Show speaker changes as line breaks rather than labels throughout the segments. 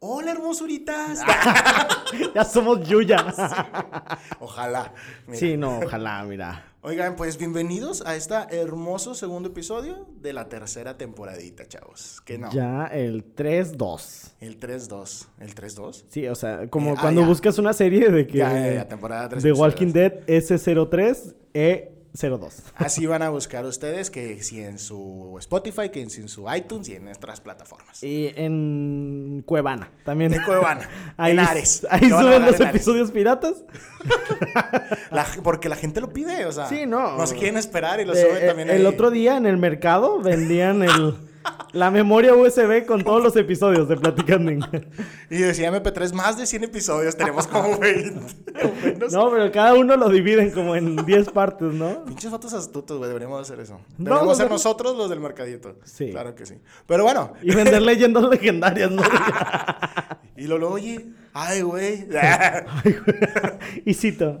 Hola, hermosuritas.
Ah. Ya somos Yuya.
Ojalá. Mira.
Sí, no, ojalá, mira.
Oigan, pues bienvenidos a este hermoso segundo episodio de la tercera temporadita, chavos. Que no.
Ya el 3-2.
El 3-2. ¿El 3-2?
Sí, o sea, como
Eh, ah,
cuando
ya.
buscas una serie de que...
Ya, ya, ya, temporada tres
De
episodios.
Walking Dead E S03E02.
Así van a buscar ustedes que si en su Spotify, que si en su iTunes y en nuestras plataformas.
Y en Cuevana también.
En Cuevana, en Ares.
Ahí
Lo van a
suben
dar
los
en Ares.
episodios piratas.
La- porque la gente lo pide, o sea.
Sí, no.
Nos quieren esperar y lo
Eh,
suben
eh,
también ahí.
el otro día en el mercado vendían el, la memoria USB con todos los episodios de Platicando. Inc.
Y decía MP3, más de 100 episodios, tenemos como 20. o menos.
No, pero cada uno lo dividen como en 10 partes, ¿no?
Pinches fotos astutos, güey, deberíamos hacer eso.
No,
Deberíamos
no,
ser
no.
nosotros los del mercadito.
Sí.
Claro que sí. Pero bueno,
Y vender leyendas legendarias, ¿no?
Ah. y Lolo, oye, ay, güey.
y cito.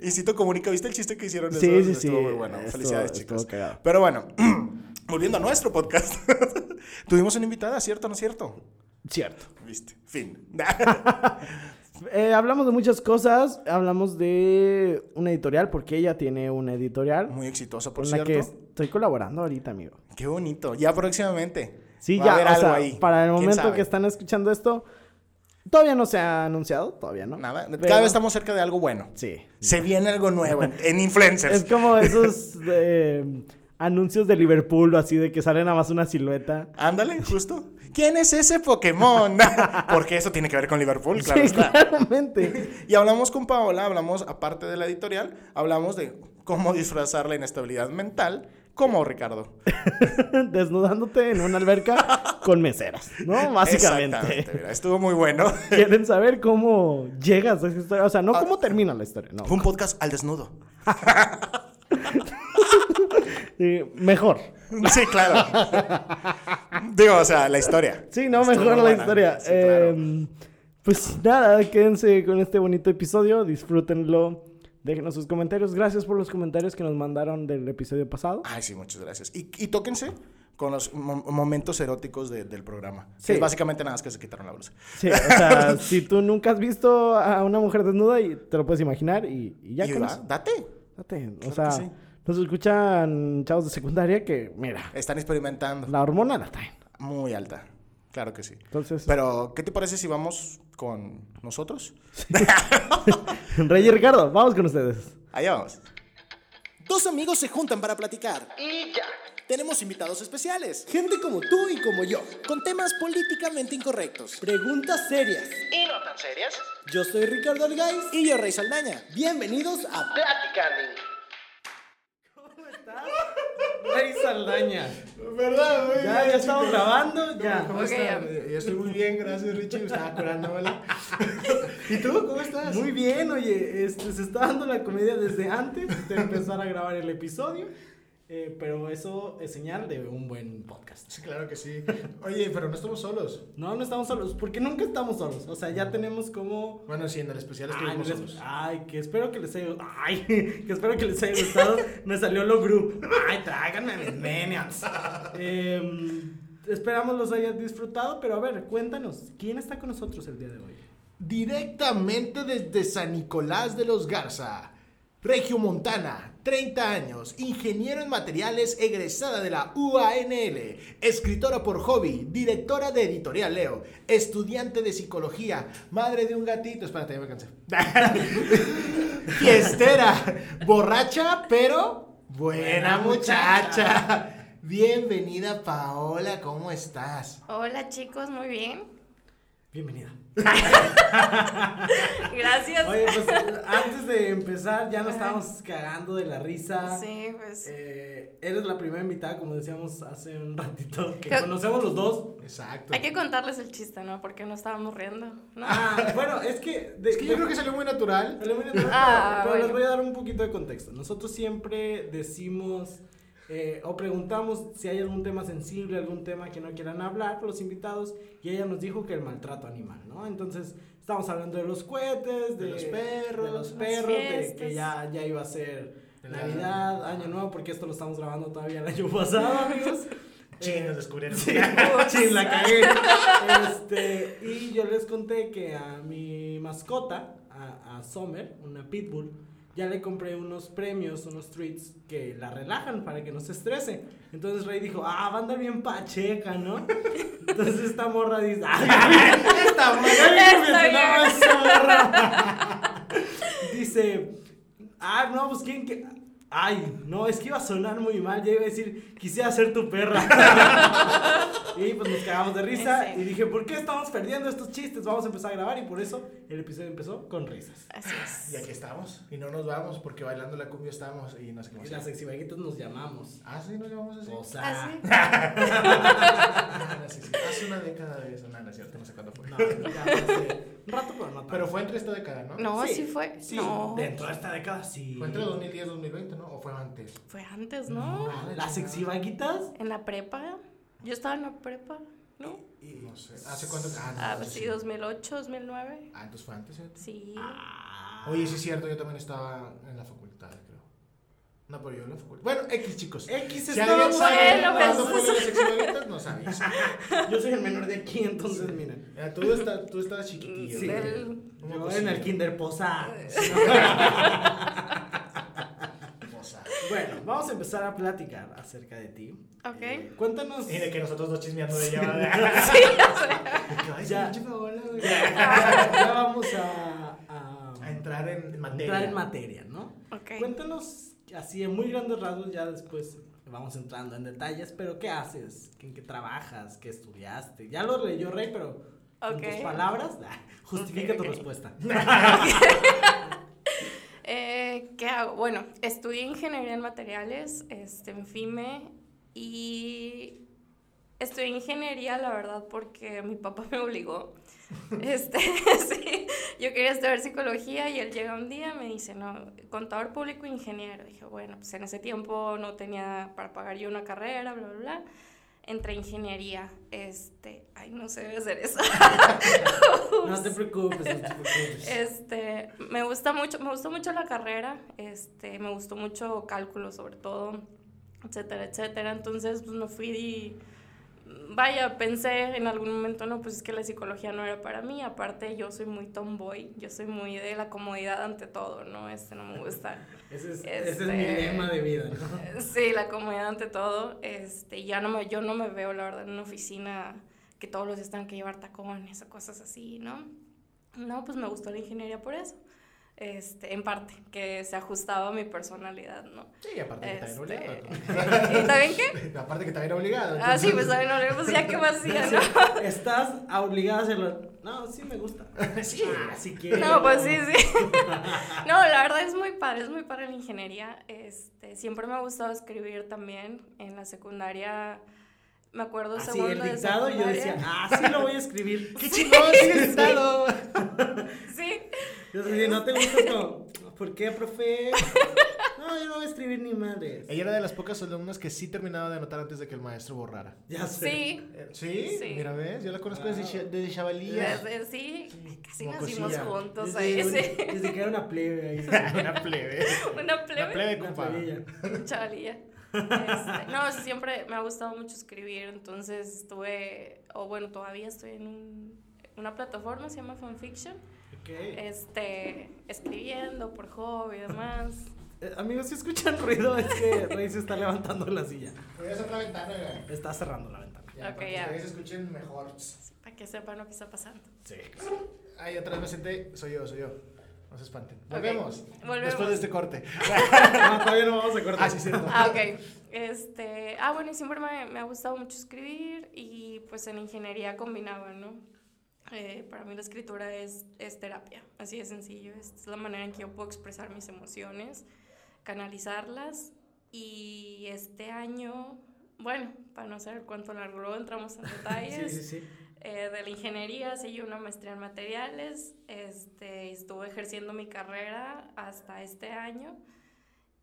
y Cito Comunica, ¿viste el chiste que hicieron?
Sí,
esos?
sí,
Estuvo
sí.
muy bueno.
Estuvo-
Felicidades,
estuvo
chicos.
cagado.
Pero bueno, volviendo a nuestro podcast. Tuvimos una invitada, ¿cierto o no cierto?
Cierto.
Viste, fin.
Eh, hablamos de muchas cosas. Hablamos de una editorial, porque ella tiene una editorial
muy exitosa, por
con la
cierto.
que estoy colaborando ahorita, amigo.
Qué bonito. Ya próximamente.
Sí,
va
ya,
a haber
o
algo
sea,
ahí.
para el
¿Quién
momento
sabe?
que están escuchando esto, todavía no se ha anunciado, todavía no.
Nada,
Pero-
cada vez estamos cerca de algo bueno.
Sí.
Se viene algo nuevo en, en influencers.
Es como esos eh, anuncios de Liverpool, así de que sale nada más una silueta.
Ándale, justo. ¿Quién es ese Pokémon? Porque eso tiene que ver con Liverpool, claro
sí,
está.
claramente.
Y hablamos con Paola, hablamos, aparte de la editorial, hablamos de cómo disfrazar la inestabilidad mental como Ricardo.
Desnudándote en una alberca con meseras, ¿no? Básicamente.
Exactamente, mira, estuvo muy bueno.
Quieren saber cómo llegas a esa historia. O sea, no
Ah.
cómo termina la historia, no.
Fue un podcast al desnudo.
Eh, mejor.
Sí, claro. Digo, o sea, la historia.
Sí, no,
Estuvo
mejor la
buena.
historia.
Sí, claro.
Eh, Pues nada, quédense con este bonito episodio, disfrútenlo. Déjenos sus comentarios. Gracias por los comentarios que nos mandaron del episodio pasado.
Ay, sí, muchas gracias. Y, y tóquense con los mo- momentos eróticos de- del programa.
Sí.
Es básicamente nada más que se quitaron la blusa.
Sí, o sea, si tú nunca has visto a una mujer desnuda, y te lo puedes imaginar y, y ya
y
con
va,
eso,
date.
date. O
Claro
sea,
que sí.
nos escuchan chavos de secundaria que, mira,
Están experimentando.
la hormona la traen.
Muy alta. Claro que sí.
Entonces,
Pero, ¿qué te parece si vamos con nosotros?
Rey y Ricardo, vamos con ustedes.
Allá vamos. Dos amigos se juntan para platicar. Y ya. Tenemos invitados especiales.
Gente como tú y como yo.
Con temas políticamente incorrectos.
Preguntas serias.
y no tan serias,
Yo soy Ricardo Argáiz.
Y yo, Rey Saldaña.
Bienvenidos a...
platican.
Rey Saldaña.
¿Verdad? Muy bien.
estamos grabando,
¿Cómo
Ok,
estás? Yo estoy muy bien, gracias Richie, estaba curándomela. ¿Y tú cómo estás?
Muy bien, oye, este, se está dando la comedia desde antes de empezar a grabar el episodio, eh, pero eso es señal de un buen podcast.
Sí, claro que sí. Oye, pero no estamos solos.
No, no estamos solos, porque nunca estamos solos, o sea, ya tenemos como...
Bueno, sí, Ah, en el especial
Ay,
estuvimos
no les-
solos.
ay, que espero que les haya ay, que espero que les haya gustado. Me salió lo gru. Ay, tráiganme a mis minions. Em, esperamos los hayan disfrutado, pero a ver, cuéntanos, ¿quién está con nosotros el día de hoy?
Directamente desde San Nicolás de los Garza, Regio Montana, 30 años, ingeniero en materiales, egresada de la UANL, escritora por hobby, directora de Editorial Leo, estudiante de psicología, madre de un gatito, espérate, ya me cansé. Fiestera, borracha, pero buena muchacha. Bienvenida Paola, ¿cómo estás?
Hola chicos, muy bien.
Bienvenida.
Gracias.
Oye, pues antes de empezar ya nos estábamos cagando de la risa.
sí, pues.
Eh, eres la primera invitada, como decíamos hace un ratito, que
¿Qué?
conocemos los dos.
Exacto.
Hay que contarles el chiste, ¿no? Porque no estábamos riendo. ¿no?
pues. Ah, bueno, es que... de-
Es que yo creo que salió muy natural.
Pero, le voy a-
Ah,
pero les
bueno.
voy a dar un poquito de contexto. Nosotros siempre decimos eh, o preguntamos si hay algún tema sensible, algún tema que no quieran hablar los invitados y ella nos dijo que el maltrato animal, ¿no? Entonces estamos hablando de los cohetes, de,
De los perros.
de los
Las
perros, de que
fiestas.
ya, ya iba a ser
De la-
Navidad, Año Nuevo, porque esto lo estamos grabando todavía el año pasado, amigos. Eh,
Chin, nos descubrieron.
Sí, oh, chin, la cagué. Este, y yo les conté que a mi mascota, a, a Summer, una pitbull, ya le compré unos premios, unos treats que la relajan para que no se estrese. Entonces Rey dijo, ah, va a andar bien pacheca, ¿no? Entonces esta morra dice, ah, esta morra, ya ni
Está
mencionaba
bien.
esa morra. Dice, ah, no, pues quién que... Ay, no, es que iba a sonar muy mal, ya iba a decir, quisiera ser tu perra. Y pues nos cagamos de risa
Ese.
y dije, ¿por qué estamos perdiendo estos chistes? Vamos a empezar a grabar y por eso el episodio empezó con risas.
Así
Y
es.
aquí estamos. Y no nos vamos porque bailando la cumbia estamos y nos
Y
quedamos.
las sexivaguitas nos llamamos.
Ah, sí, nos llevamos así.
O sea,
Así.
Ah, sí, sí. Hace una década de eso. No, no es cierto, no sé cuándo fue.
no, ya hace un rato pero no.
Pero
tanto.
fue entre esta década, ¿no?
No,
Sí,
sí, fue.
Sí,
no.
dentro de esta década sí.
Fue entre 2010 y 2020, ¿no? ¿O fue antes?
Fue antes, ¿no?
No.
Las sexivaguitas.
En la prepa. Yo estaba en la prepa, ¿no?
No sé. ¿Hace cuánto? Ah, no,
Ah,
no sé.
sí, 2008, 2009.
Ah, entonces fue antes, ¿cierto?
Sí.
Ah.
Oye, sí es cierto, yo también estaba en la facultad, creo. No, pero yo en la facultad. Bueno, X, chicos.
X
Si
estaba
alguien sabe
Bueno,
cuándo
pues.
fue lo de las sexualitas, nos avisa.
Yo soy el menor de aquí, entonces miren.
Mira, tú, está- tú estabas chiquitillo.
Sí.
¿no?
Del-
Una
Yo en
cosilla.
el kinder posa.
Cosa.
Bueno, vamos a empezar a platicar acerca de ti.
Ok.
Eh, cuéntanos.
Y de que nosotros dos chismeando de ella.
Sí, o sea,
Ya.
Ya. Ya, ya vamos a, a,
A entrar en materia.
entrar en materia, ¿no?
ok.
Cuéntanos así en muy grandes rasgos, ya después vamos entrando en detalles, pero ¿qué haces? ¿En qué trabajas? ¿Qué estudiaste? Ya lo leyó Rey, pero con
Ok.
tus palabras, ah, justifica
Ok,
tu
ok.
respuesta.
Eh, ¿Qué hago? Bueno, estudié ingeniería en materiales este, en FIME y estudié ingeniería, la verdad, porque mi papá me obligó. Este, sí, yo quería estudiar psicología y él llega un día y me dice, no, contador público ingeniero. Dije, bueno, pues en ese tiempo no tenía para pagar yo una carrera, bla, bla, bla. Entré a ingeniería, este, ay, no se debe hacer eso.
No te preocupes, no te preocupes.
Este, me gusta mucho, me gustó mucho la carrera, este, me gustó mucho cálculo sobre todo, etcétera, etcétera. Entonces, pues me fui y vaya, pensé en algún momento, no, pues es que la psicología no era para mí, aparte yo soy muy tomboy, yo soy muy de la comodidad ante todo, ¿no? Este no me gusta.
ese, es,
este-
ese es mi lema de vida, ¿no?
Sí, la comodidad ante todo. Este, ya no me, yo no me veo, la verdad, en una oficina que todos los días tengan que llevar tacones o cosas así, ¿no? No, pues me gustó la ingeniería por eso. Este, en parte, que se ajustaba a mi personalidad, ¿no?
Sí, aparte que también
Este,
obligado.
¿Y también qué?
Aparte que también obligado.
Ah, sí, pues
entonces-
también no, pues ya qué más hacía, ¿no?
Estás obligada a hacerlo. No, sí me gusta. Ah, Sí, así que.
No, pues sí, sí. No, la verdad es muy padre, es muy padre la ingeniería. Este, siempre me ha gustado escribir también en la secundaria. Me acuerdo
Así
segundo
Ah, el
de
dictado, yo
secundaria.
decía, ah, sí lo voy a escribir.
¡Qué chingón! ¡Sí, estado!
ah,
Sí,
Yo decía, no te gusta esto. ¿Por qué, profe? No, yo no voy a escribir ni madres.
Ella era de las pocas alumnas que sí terminaba de anotar antes de que el maestro borrara.
Ya sé.
sí.
¿Sí?
Sí.
Mira, ¿ves? Yo la conozco desde,
Wow.
cha- desde chavalía.
Desde- sí, casi
Una
nacimos
cosilla.
juntos ahí.
Desde,
sí.
desde, que era una plebe ahí.
Una plebe.
Una
Una
plebe.
plebe,
Una
compadre.
plebilla.
Chalía. Este, no, siempre me ha gustado mucho escribir, entonces estuve, o bueno, todavía estoy en un- una plataforma, se llama Fanfiction,
Ok. Eh,
este, escribiendo por hobby y demás.
Eh, amigos, si escuchan ruido, es que Rey se está levantando la silla.
Voy a otra ventana, mira.
Está cerrando la ventana.
Ya,
Ok,
para que
ya.
ustedes escuchen mejor.
Para que sepan lo que está pasando.
Sí.
Ahí atrás me senté. Soy yo, soy yo. No se espanten. Volvemos.
volvemos.
Después de este corte.
No, todavía no vamos a cortar.
Ah, sí, cierto.
Ah, ok. Este, ah, bueno, y siempre me, me ha gustado mucho escribir y pues en ingeniería combinaba, ¿no? Eh, para mí la escritura es, es terapia, así de sencillo. Es la manera en que yo puedo expresar mis emociones, canalizarlas. Y este año, bueno, para no hacer cuánto largo, luego entramos en
Sí,
detalles.
sí, sí.
eh, de la ingeniería, seguí una maestría en materiales, este, estuve ejerciendo mi carrera hasta este año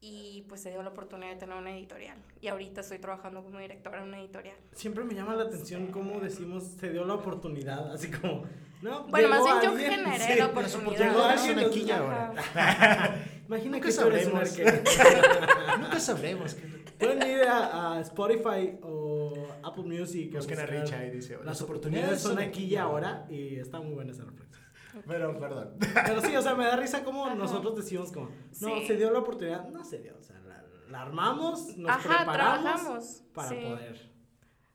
y pues se dio la oportunidad de tener una editorial. Y ahorita estoy trabajando como directora en una editorial.
Siempre me llama la atención cómo decimos, se dio la oportunidad, así como, no,
Bueno, más
llegó
bien yo
alguien,
generé
sí,
la
llegó
oportunidad.
Llegó
alguien,
alguien
nos-
aquí ya
Ajá.
ahora.
Imagina
Nunca
que tú eres un
sabremos.
arquero.
Nunca sabremos.
Pueden ir a, a Spotify o Apple Music. a
Busquen a
buscar
Richa y dice,
Las oportunidades son aquí y ahora y está muy buena esa reflexión.
Pero, perdón.
Pero sí, o sea, me da risa como
Ajá.
nosotros decimos como, no,
Sí.
se dio la oportunidad, no se dio, o sea, la, la armamos, nos
Ajá,
preparamos
trabajamos,
para
sí.
poder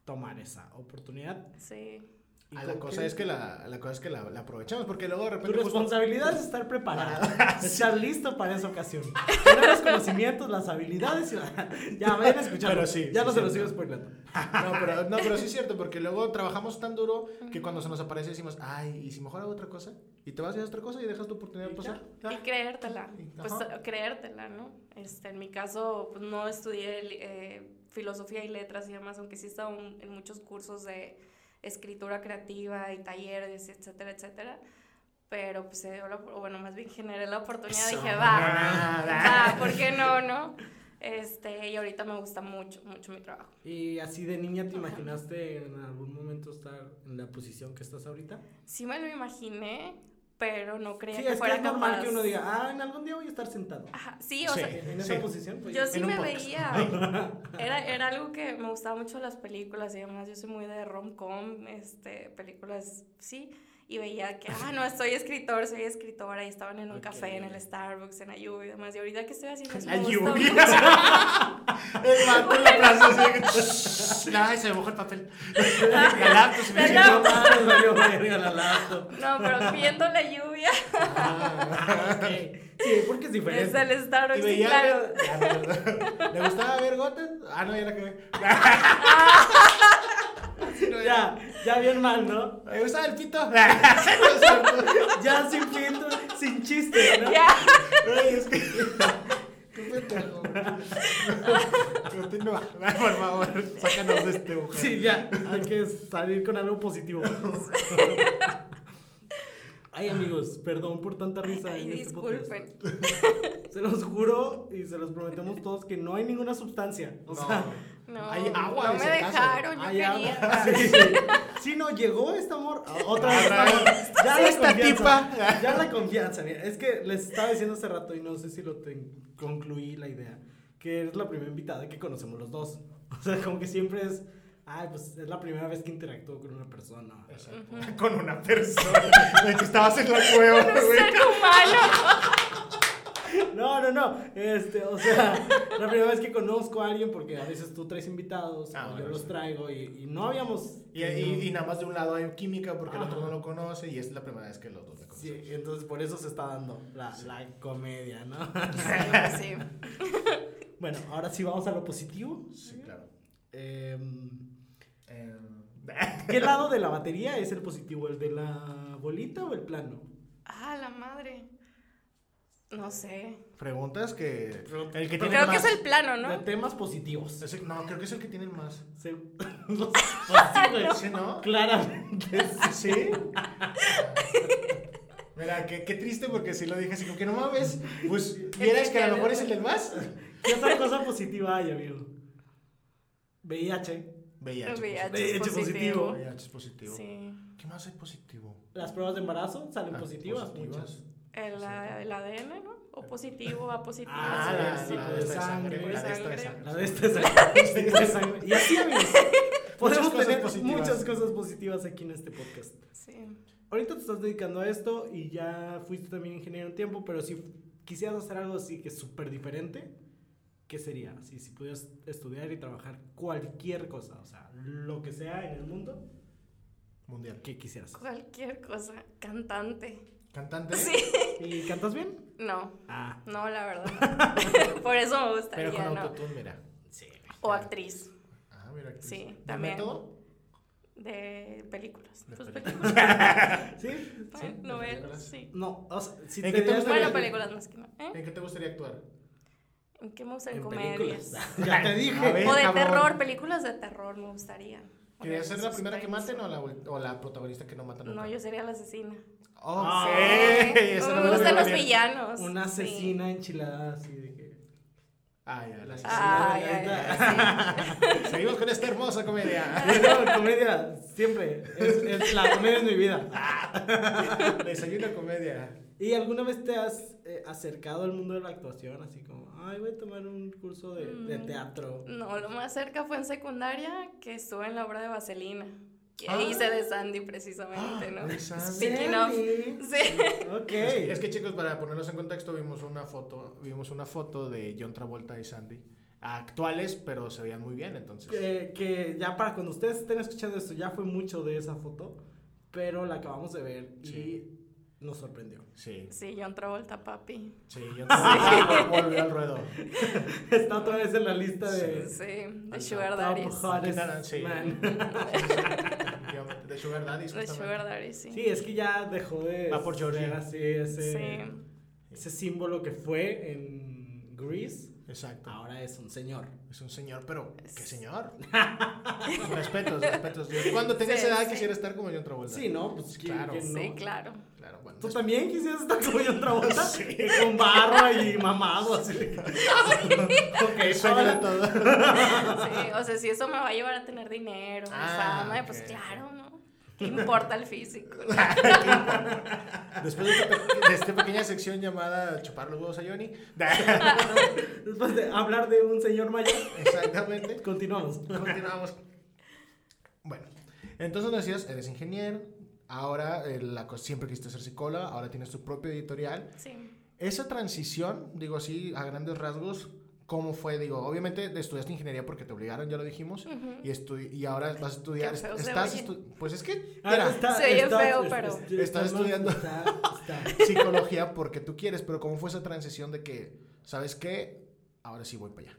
tomar esa oportunidad.
Sí.
Y
Ah, la
como
cosa
que
es que la, la cosa es que la, la aprovechamos porque luego de
Tu
repente justo- Ah,
responsabilidad es estar preparado, estar listo para esa ocasión. Tener los conocimientos, las habilidades y la... Ya, vayan a escuchar.
Pero sí,
Ya no
sí,
se los
sí.
sigo spoilando.
No pero, no, pero sí es cierto, porque luego trabajamos tan duro que cuando se nos aparece decimos, ay, ¿y si mejor hago otra cosa? Y te vas a hacer otra cosa y dejas tu oportunidad
Y
pasar.
Y creértela, pues
Ajá.
creértela, ¿no? Este, en mi caso, pues, no estudié eh, filosofía y letras y demás, aunque sí he estado en- en muchos cursos de escritura creativa y talleres, etcétera, etcétera. Pero pues se dio la, o bueno, más bien generé la oportunidad y dije, va, va, ¿por qué no, no? Este, y ahorita me gusta mucho, mucho mi trabajo.
Y así de niña, ¿te imaginaste en algún momento estar en la posición que estás ahorita?
Sí me lo imaginé, pero no creía
Sí,
que
es que
fuera
es normal
capaz.
que uno diga, ah, en algún día voy a estar sentado.
Ajá, sí, o sea,
En en esa
Sí.
posición, pues,
Yo sí
un
me
podcast.
veía. Era, era algo que me gustaba mucho las películas y demás. Yo soy muy de rom-com, este, películas, sí. Y veía que, ah, no, soy escritor, soy escritora. Y estaban en un café, en el Starbucks, en la lluvia y demás. Y ahorita que estoy haciendo eso, me gusta mucho.
El vato en la plaza así de que, Ay, se me mojó el papel. La laptop se me
La
hizo-
No mames, valió verga la laptop.
No, pero viendo la lluvia
Ah, ok. Sí, porque es
es
diferente.
el Starbucks,
Y
sí,
veía-
claro.
Ah, no, ¿Le gustaba ver gotas? Ah, no, ya la cagué. Sí, no, ya.
Ya, ya bien mal, ¿no?
¿Le gustaba el pito?
Ya sin filtro, sin chiste, ¿no?
Ya,
Ay, es que- Qué pendejo. Continúa, por favor, sácanos de este agujero.
Sí, ya, hay que salir con algo positivo. Ay, amigos, perdón por tanta risa
Ay,
en este podcast.
disculpen.
Se los juro y se los prometemos todos que no hay ninguna sustancia. O sea,
No,
Hay agua,
no
dice
me
el caso.
dejaron, yo
hay
quería.
agua. Sí, sí. Sí, no, llegó este amor. Otra vez.
Ah, Otra vez.
Ya la
Esta
confianza.
tipa.
Ya la confianza. mira, Es que les estaba diciendo hace rato y no sé si lo ten- concluí la idea. Que eres la primera invitada que conocemos los dos. O sea, como que siempre es. Ay, pues es la primera vez que interactúo con una persona.
Con una persona. De que estabas en la cueva, güey.
Ser humano.
No, no, no. Este, o sea, la primera vez que conozco a alguien, porque a veces tú traes invitados,
Ah,
o
bueno,
yo los
sí.
traigo y, y no habíamos.
Y, y- y nada más de un lado hay química porque el
Ajá.
otro no lo conoce y es la primera vez que los dos lo
Sí,
conocen.
entonces por eso se está dando la, la comedia, ¿no?
Sí, sí.
bueno, ahora sí vamos a lo positivo.
Sí, claro.
Em,
Eh,
¿Qué lado de la batería es el positivo? ¿El de la bolita o el plano?
Ah, la madre. No sé.
Preguntas que. El que tiene
Creo que
más.
es el plano,
De
¿no?
temas positivos.
Es el- No, creo que es el que tiene más.
Se- los positivos,
¿Sí, no?
Claramente.
¿Sí? Mira, qué, qué triste porque si lo dije así como que no mames, pues vieras que a lo mejor es el del más.
¿Qué otra cosa positiva hay, amigo? VIH.
VIH.
VIH
positivo.
VIH positivo.
VIH es positivo.
Sí.
¿Qué más hay positivo?
Las pruebas de embarazo salen
Ah,
positivas,
positivas.
muchas.
El, a- el ADN, ¿no? O positivo, a positivo.
Ah,
sí,
la-
sí.
la-
de esta de sangre,
sangre.
la de esta de
Sangre.
sangre.
La de este sangre. Y así, amigos. Podemos
cosas
tener
positivas.
muchas cosas positivas aquí en este podcast.
Sí.
Ahorita te estás dedicando a esto y ya fuiste también ingeniero un tiempo, pero si quisieras hacer algo así que es súper diferente, ¿qué sería? Así, si pudieras estudiar y trabajar cualquier cosa, o sea, lo que sea en el mundo,
Mundial.
¿qué quisieras?
Cualquier cosa. Cantante.
¿Cantante?
¿Y cantas bien?
No,
Ah,
no, la verdad. Por eso me
Pero con
gustaría, ¿no?
autotune, mira.
sí.
O actriz
Ah, mira. actriz.
Sí,
¿De
también.
método?
de películas.
De
Pues
películas.
películas.
¿Sí?
Ay, Novelas, sí.
No, o sea, si
¿En
te
qué te
dieras-
gustaría?
Bueno, películas más que nada. ¿Eh?
¿En qué te gustaría actuar?
¿En qué me gustan?
películas.
Comedias.
Ya te
A
dije.
ver.
O de
cabrón.
terror, películas de terror me gustaría. O de
¿Querías ser la primera que
suspenso.
maten o la, ul- o la protagonista que no matan?
No, yo sería la asesina.
Oh,
Ah,
sí. Eso no
me
lo
gustan los
sabía.
villanos.
Una
Pues, sí.
asesina enchilada así de que...
Ah, ya, la-
Ay, ay, ay, sí.
Seguimos con esta hermosa comedia.
No, comedia, siempre. Es, es- la comedia es mi vida.
Desayuno comedia.
¿Y alguna vez te has eh, acercado al mundo de la actuación? Así como, ay, voy a tomar un curso de, de
Mm.
teatro.
No, lo más cerca fue en secundaria, que estuve en la obra de Vaselina. Que hice de Sandy precisamente, ¿no?
de Sandy.
Speaking of.
Sandy.
Sí.
Ok.
Es que, es que, chicos, para ponerlos en contexto, vimos una foto, vimos una foto de John Travolta y Sandy. Actuales, pero se veían muy bien, entonces.
Que, que ya para cuando ustedes estén escuchando esto, ya fue mucho de esa foto, pero la acabamos de ver
Sí.
y nos sorprendió.
Sí,
Sí, John Travolta, papi.
sí, John Travolta volvió al ruedo.
Está otra vez en la lista de
Sí, de
Al
Sugar
Top
Daddies.
Hottest
Claro, sí.
Man.
Definitivamente, De Sugar Daddy.
De Sugar Daddies, sí.
Sí, es que ya dejó de
Va por
ser
Georgie.
así ese,
Sí.
ese símbolo que fue en Grease.
Exacto.
Ahora es un señor.
Es un señor, pero ¿qué señor? respetos, respetos. Yo cuando tenga
Sí,
esa edad
sí.
quisiera estar como John Travolta.
Sí, ¿no? Pues ¿quién-
Claro.
quién no?
Sí, claro.
Claro, bueno.
¿Tú
después-
también quisieras estar como yo en otra vuelta? Con barba y mamado así.
Ok, sueño de todo.
Sí, o sea, si eso me va a llevar a tener dinero,
Ah,
fama, pues
ok.
claro, ¿no? ¿Qué importa el físico?
Después de esta, pe- de esta pequeña sección llamada Chupar los huevos a Johnny.
Después de hablar de un señor mayor,
Exactamente.
continuamos.
Continuamos. Bueno, entonces nos decías, eres ingeniero, ahora eh, la co- siempre quisiste ser psicóloga, ahora tienes tu propio editorial.
Sí.
Esa transición, digo así, a grandes rasgos, ¿cómo fue? Digo, obviamente estudiaste ingeniería porque te obligaron, ya lo dijimos, y, estu- y ahora vas a estudiar.
Qué feo se
estás
oye.
estu- pues es que,
Ah,
mira,
está-
Se oye
está-
feo,
es-
pero-
es-
Estás estudiando.
Está, está.
psicología porque tú quieres, pero ¿cómo fue esa transición de que, ¿sabes qué? Ahora sí voy para allá.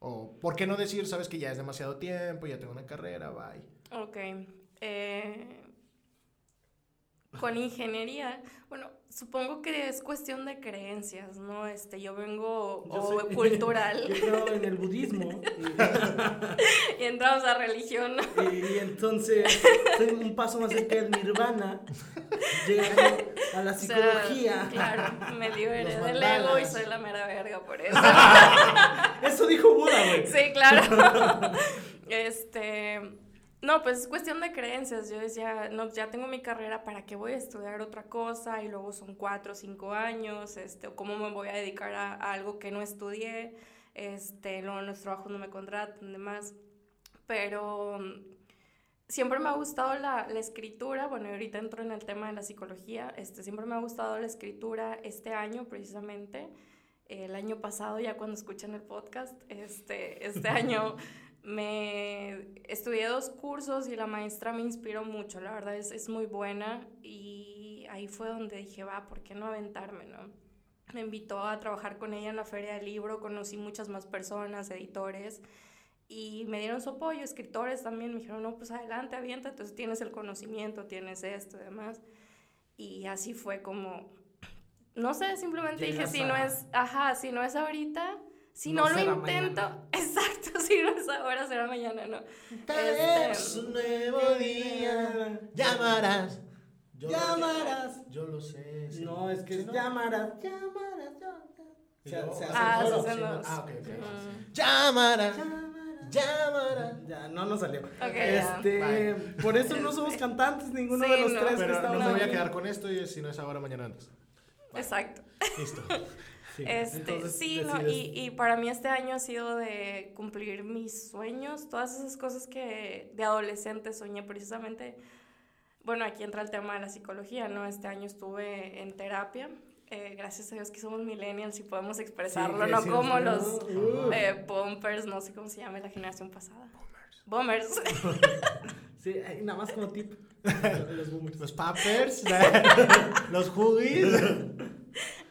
O, ¿por qué no decir, sabes que ya es demasiado tiempo, ya tengo una carrera, bye?
Ok. eh, con ingeniería, bueno, supongo que es cuestión de creencias, ¿no? Este, yo vengo
Yo
o
soy- Yo
cultural
creo en el budismo.
y entramos a religión. ¿no?
Y, y entonces, soy un paso más cerca del nirvana. Llegando a la
O sea,
psicología.
claro, me liberé
Los
del ego y
mandalas.
soy la mera verga por eso.
Eso dijo Buda, güey.
Sí, claro. este, no, pues es cuestión de creencias. Yo decía, no, ya tengo mi carrera, ¿para qué voy a estudiar otra cosa? Y luego son cuatro o cinco años, este, o ¿cómo me voy a dedicar a, a algo que no estudié? Este, luego en los trabajos no me contratan, demás. Pero mm, siempre me ha gustado la, la escritura, bueno, y ahorita entro en el tema de la psicología, este, siempre me ha gustado la escritura este año precisamente el año pasado, ya cuando escuchan el podcast, este, este año me estudié dos cursos y la maestra me inspiró mucho, la verdad es, es muy buena y ahí fue donde dije, va, ¿por qué no aventarme, no? Me invitó a trabajar con ella en la feria del libro, conocí muchas más personas, editores, y me dieron su apoyo, escritores también, me dijeron, no, pues adelante, avienta, entonces tienes el conocimiento, tienes esto y demás. Y así fue como, no sé, simplemente dije,
Llegas
si no
a-
es, ajá, si no es ahorita, si
No
no, lo
será
intento,
mañana.
exacto, si no es ahora, será mañana, ¿no?
Tal vez
Este,
un nuevo día llamarás. Yo lo-
Llamarás.
yo lo sé. sí.
No, es que
Sí,
es llamaras, llamaras, llamaras.
Y
Se-
luego-
se hace
Ah,
coro,
se
sí,
hacen
no.
dos.
Ah, ok, ok.
Ujú.
Llamarás. Llamarás.
Ya, no nos salió.
ya.
este,
Bye.
por eso no somos cantantes ninguno
Sí,
de los
no.
tres que
Pero no
estamos
me voy a
aquí.
quedar con esto y si no es ahora, mañana antes.
Este, Exacto.
Listo.
Sí,
Este,
entonces
sí, no,
decides-
y, y para mí este año ha sido de cumplir mis sueños, todas esas cosas que de adolescente soñé precisamente. Bueno, aquí entra el tema de la psicología, ¿no? Este año estuve en terapia. eh, gracias a Dios que somos millennials y podemos expresarlo,
Sí,
no
sí,
como
sí,
los
uh,
eh, bumpers, no sé cómo se llama la generación pasada. Boomers.
Sí, eh, nada más como tip. los boomers.
Los papers, los hoodies.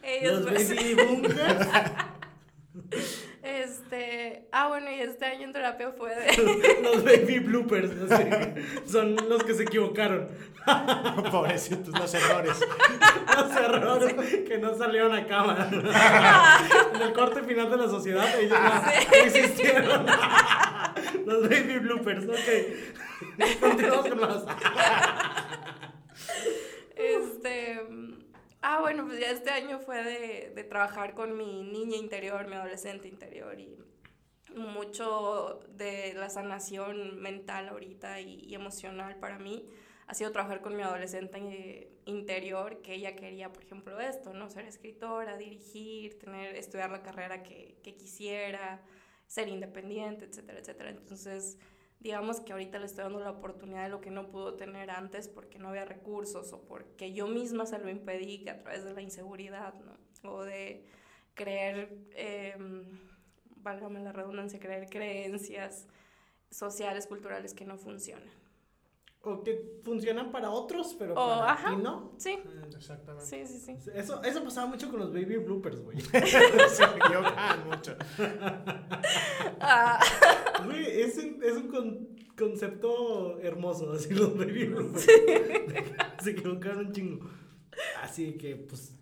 Ellos
Los
pues, no sé.
baby boomers.
Este, ah, bueno, y este año en terapia fue de...
los baby bloopers. no sé. Son los que se equivocaron.
Pobrecitos, los errores.
Los errores que no salieron a cámara. en el corte final de la sociedad, ellos
Ah,
no existieron. los baby bloopers, ok. Continuamos con los.
Este. mm, Ah, bueno, pues ya este año fue de, de trabajar con mi niña interior, mi adolescente interior y mucho de la sanación mental ahorita y, y emocional para mí. ha sido trabajar con mi adolescente interior que ella quería, por ejemplo, esto, ¿no? Ser escritora, dirigir, tener, estudiar la carrera que, que quisiera, ser independiente, etcétera, etcétera. Entonces, digamos que ahorita le estoy dando la oportunidad de lo que no pudo tener antes porque no había recursos o porque yo misma se lo impedí que a través de la inseguridad, ¿no? O de creer, eh, válgame la redundancia, creer creencias sociales, culturales que no funcionan.
O que funcionan para otros, pero
O,
para
ajá.
ti no.
Sí,
Exactamente.
sí, sí, sí.
Eso, eso pasaba mucho con los baby bloopers, güey.
Se equivocan mucho.
Ah,
Güey, es un, es un con- concepto hermoso, así los baby bloopers. Se equivocaron un chingo. Así que, pues,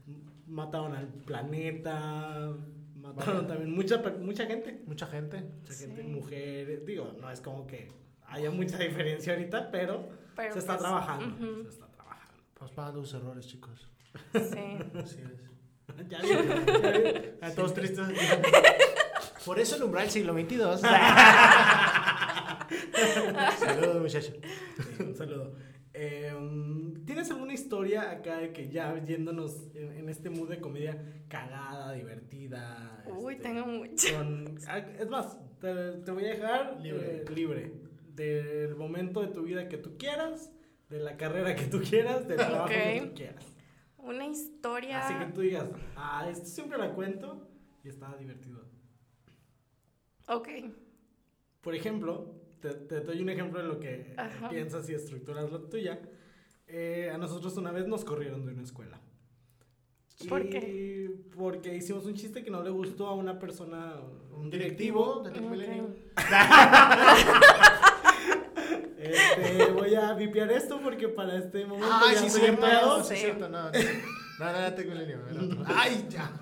mataron al planeta, mataron también mucha, per- mucha gente.
Mucha gente.
Mucha
Sí.
gente, mujeres. Digo, no es como que haya mucha diferencia ahorita, pero,
Pero
se está
pues,
trabajando.
ujú.
Se está trabajando.
Pues pagan los errores, chicos.
sí.
Así es.
Ya vi, ya vi.
A todos tristes. Por eso el umbral siglo XXII. Saludos, muchachos.
Un saludo. Em, ¿Tienes alguna historia acá de que ya yéndonos en, en este mood de comedia cagada, divertida?
Uy,
este,
tengo mucho.
con- ah, es más, te, te voy a dejar
Libre.
eh, libre del momento de tu vida que tú quieras, de la carrera que tú quieras, del trabajo que
Ok.
tú quieras.
Una historia.
Así que tú digas, ah, esto siempre la cuento y estaba divertido.
Ok.
Por ejemplo, te, te doy un ejemplo de lo que eh,
Ajá.
piensas y estructuras la tuya. Eh, a nosotros una vez nos corrieron de una escuela.
¿Por
Y
qué?
Porque hicimos un chiste que no le gustó a una persona,
Un directivo de Milenio.
Ok.
Este, voy a vipear esto porque para este momento
Ay,
ya
Ah, sí,
estoy
cierto.
empleado.
No, sí,
Sí.
cierto. No, no. No, no, era Tech Milenio, era otro. Ay, ya.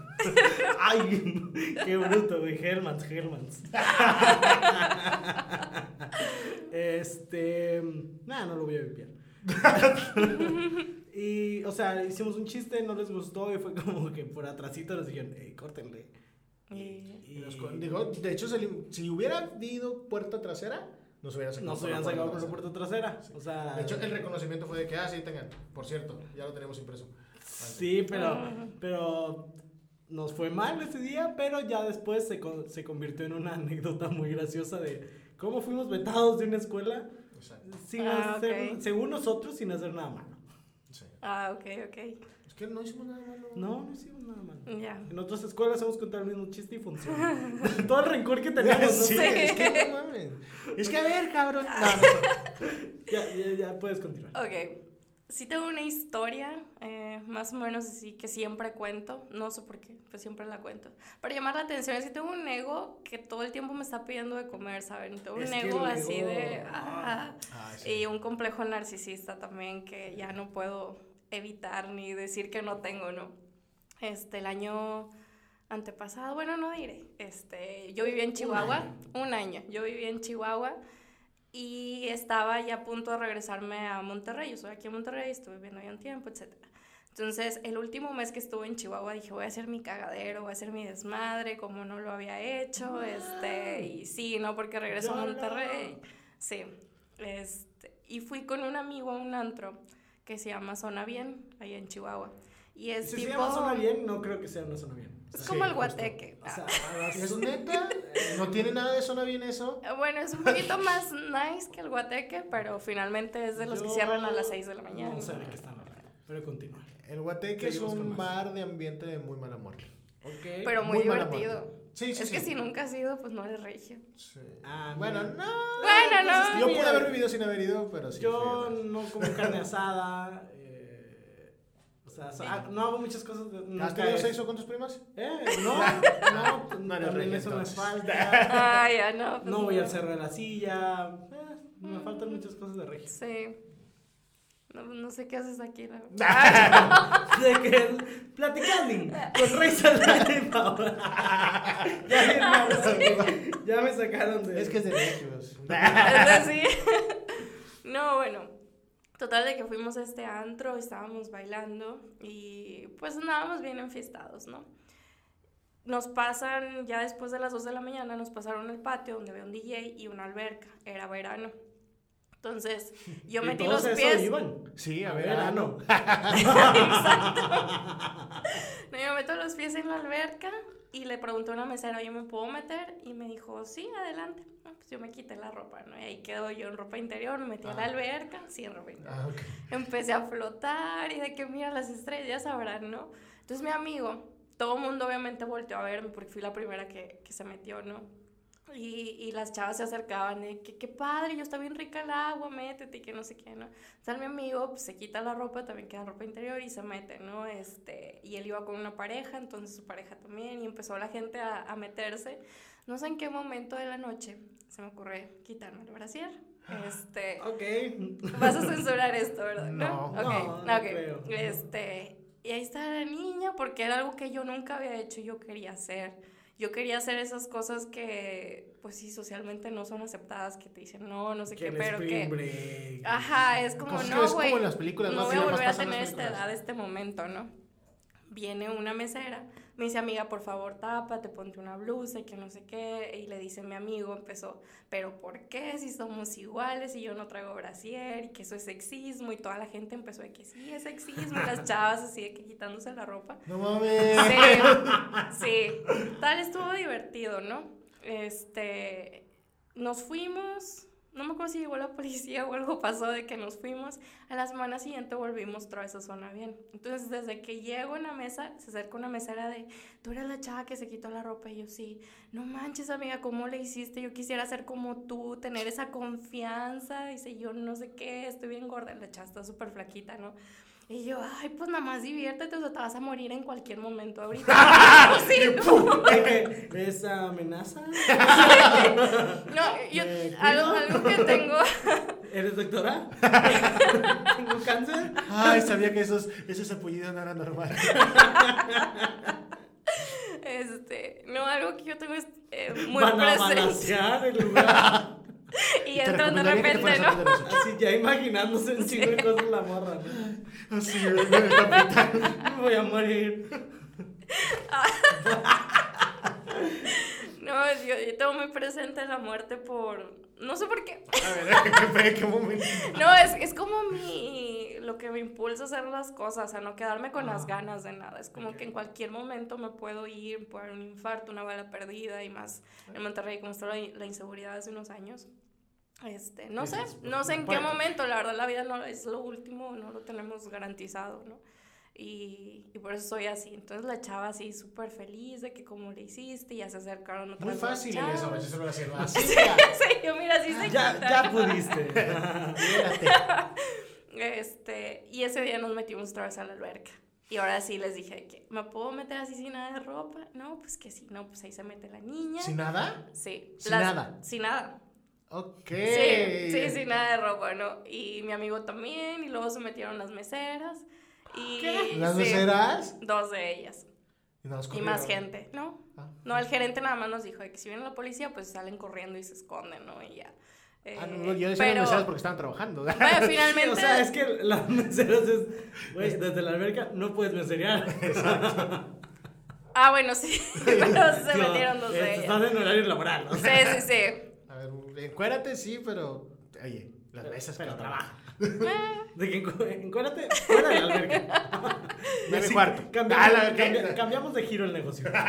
Ay, qué bruto, güey. Helmans, Helmans. este. Nada, no lo voy a vipiar. y, o sea, hicimos un chiste, no les gustó y fue como que por atrasito nos dijeron, hey, córtenle.
Y-
Y nos con- digo, de hecho, se li- si hubiera ido puerta trasera, nos hubieran sacado.
nos
por la
habían sacado por la
trasera.
puerta trasera. O sea.
De hecho, el reconocimiento fue de que, ah, sí, tengan. Por cierto, ya lo tenemos impreso.
Sí, pero,
Ah.
pero nos fue mal ese día, pero ya después se, con- se convirtió en una anécdota muy graciosa de cómo fuimos vetados de una escuela
Exacto.
sin
Ah,
hacer-
ok.
según nosotros, sin hacer nada malo.
Sí.
Ah, ok, ok.
Es que no hicimos nada malo.
No, no hicimos nada malo.
Ya.
En otras escuelas hemos contado el mismo chiste y funciona. Todo el rencor que teníamos, ¿no?
Sí, es que no mames. Es que a ver, cabrón. No, no,
Ya, ya, ya, puedes continuar.
Ok. Sí tengo una historia, eh, más o menos así, que siempre cuento. No sé por qué, pues siempre la cuento. Para llamar la atención, sí tengo un ego que todo el tiempo me está pidiendo de comer, ¿saben? Tengo un
Es que
ego
el
así
ego-
de... ah,
Ah, sí.
Y un complejo narcisista también que ya no puedo evitar ni decir que no tengo, ¿no? Este, el año antepasado, bueno, no diré, este, yo vivía en Chihuahua, un año, yo vivía en Chihuahua y estaba ya a punto de regresarme a Monterrey, yo soy aquí en Monterrey, estuve viviendo ya un tiempo, etc. Entonces, el último mes que estuve en Chihuahua dije, voy a hacer mi cagadero, voy a hacer mi desmadre, como no lo había hecho, este, y sí, ¿no? Porque regreso a
Yolo.
Monterrey. Sí, este, y fui con un amigo a un antro que se llama Zona Bien, allá en Chihuahua. Y es
Si
tipo...
se llama zona bien, no creo que sea una zona bien.
Es
Sí,
como el
justo.
guateque.
O sea,
¿Es neta? No tiene nada de zona bien eso.
Ah, Bueno, es un poquito más nice que el guateque, pero finalmente es de los que
Yo
cierran a las 6 de la mañana.
no sé de qué están hablando, pero continúa.
El Guateque es
Seguimos con
un
más.
bar de ambiente de muy mal amor.
Ok.
Pero muy,
mal
divertido.
amor. Sí, sí,
es
sí.
que si nunca has ido, pues no eres regio.
Sí.
Ah,
Bueno,
mira.
no.
Bueno, no.
Yo pude haber vivido sin haber ido, pero sí.
Yo
fíjate.
no como carne asada. eh, o sea, so- ah, no hago muchas cosas. de-
¿Has
nunca
tenido
es-
sexo con tus primas?
Eh, no, no, pues,
No eres
también
regio,
eso me
entonces.
falta.
Ah, ya no. pues
No voy al cerro de la silla. eh, me faltan muchas cosas de regio.
Sí. No, no sé qué haces aquí, la verdad.
De que platicando pues, con Rey Saldaña y Paola. ya, me- ya me sacaron- ya me sacaron de.
Es que es de regios.
Es así. no, bueno. Total de que fuimos a este antro, estábamos bailando y pues andábamos bien enfiestados, ¿no? Nos pasan, ya después de las 2 de la mañana, nos pasaron el patio donde había un DJ y una alberca. Era verano. Entonces, yo
Y
metí
todos
los
eso
pies.
iban.
Sí, a
A
ver,
ver,
ah,
ah,
no.
No, yo meto los pies en la alberca y le pregunté a una mesera, ¿yo me puedo meter? Y me dijo, sí, adelante. No, pues yo me quité la ropa, ¿no? Y ahí quedo yo en ropa interior, me metí a la
Ah.
alberca, sí, en ropa interior.
Ah, ok.
Empecé a flotar y de que mira las estrellas, sabrán, ¿no? Entonces mi amigo, todo el mundo obviamente volteó a verme porque fui la primera que, que se metió, ¿no? Y, y las chavas se acercaban, de que qué padre, yo está bien rica el agua, métete y que no sé qué, ¿no? Entonces mi amigo pues, se quita la ropa, también queda ropa interior y se mete, ¿no? Este, y él iba con una pareja, entonces su pareja también, y empezó la gente a, a meterse. No sé en qué momento de la noche se me ocurre quitarme el brasier. Este,
Ok.
Vas a censurar esto, ¿verdad?
No.
Ok,
No, no
ok.
creo.
Este, y ahí está la niña, porque era algo que yo nunca había hecho y yo quería hacer. Yo quería hacer esas cosas que, pues sí, socialmente no son aceptadas, que te dicen no, no sé
Que
qué,
el
pero
spring
que.
break.
Ajá, es como,
Cosas que
no,
ves como
güey.
en las películas,
No
más
voy a
bien, más
volver a
pasan en las
tener esta
películas.
edad, este momento, ¿no? Viene una mesera, me dice, amiga, por favor, tapa, te ponte una blusa y que no sé qué. Y le dice mi amigo, empezó, pero ¿por qué? Si somos iguales y yo no traigo brasier y que eso es sexismo. Y toda la gente empezó de que sí, es sexismo. Y las chavas así de que quitándose la ropa.
No mames.
Sí, sí. Tal estuvo divertido, ¿no? Este, nos fuimos, no me acuerdo si llegó la policía o algo pasó de que nos fuimos. A la semana siguiente volvimos otra vez a zona bien. Entonces, desde que llego en la mesa, se acerca una mesera de, tú eres la chava que se quitó la ropa. Y yo, sí, no manches, amiga, ¿cómo le hiciste? Yo quisiera ser como tú, tener esa confianza. Dice, yo no sé qué, estoy bien gorda. La chava está súper flaquita, ¿no? Y yo, ay, pues nada más diviértete, o sea, te vas a morir en cualquier momento ahorita. sí, no.
Esa amenaza.
No, yo,
Me
algo,
cuido.
algo que tengo,
¿Eres doctora? ¿Tengo cáncer?
Ay, sabía que esos, esos apellidos no eran normales.
este, no, algo que yo tengo es eh, muy
Van a
presente.
balancear el lugar.
Y
Te
entran de
recomendaría que te
repente,
fueras
¿no?
antes de los
Así ya imaginándose en chingo de cosas la morra. ¿no?
ocho. Así, en el capital.
Me voy a morir.
No, yo, yo tengo muy presente la muerte por, no sé por qué.
A ver, qué, qué momento.
No, es, es como mi, lo que me impulsa a hacer las cosas, a no quedarme con
Ah.
las ganas de nada. Es como que en cualquier momento me puedo ir, puedo dar un infarto, una bala perdida y más. En Monterrey, como está la, la inseguridad hace unos años. Este, no sé, no sé en qué momento, la verdad la vida no es lo último, no lo tenemos garantizado, ¿no? Y, y por eso soy así. Entonces la chava así súper feliz de que como le hiciste, y ya se acercaron otras
Muy
dos
fácil en
chavas.
eso, Ah. a veces lo hacen así.
Sí, yo mira, así se
Ya,
quita.
ya pudiste.
Este, y ese día nos metimos otra vez a la alberca. Y ahora sí les dije de que, ¿me puedo meter así sin nada de ropa? No, pues que sí, no, pues ahí se mete la niña.
¿Sin nada?
sí.
sin nada.
Sin nada.
Ok.
Sí, sí, sin nada de ropa, ¿no? Y mi amigo también, y luego se metieron las meseras. Y,
¿Las
sí,
luceras?
Dos de ellas.
Y, nos
Y
corrieron.
más gente, ¿no?
Ah.
No, el gerente nada más nos dijo de que si viene la policía, pues salen corriendo y se esconden, ¿no? Y ya.
Ah, no,
Eh,
no, yo decía
pero,
las meseras porque estaban trabajando.
bueno, finalmente...
O sea, es que las meseras es. Güey, desde la alberca no puedes meserear.
Ah, bueno, sí. Pero se
No,
metieron dos de
eh,
ellas.
Estás en horario laboral. o sea,
Sí, sí, sí.
A ver, encuérate, sí, pero. Oye, las mesas
Pero
cabrón.
trabaja. De que encu- encuérdate fuera de la alberca.
Ya mi
Sí,
cuarto.
Cambiamos,
Ah, la-
cambi- cambiamos de giro el negocio.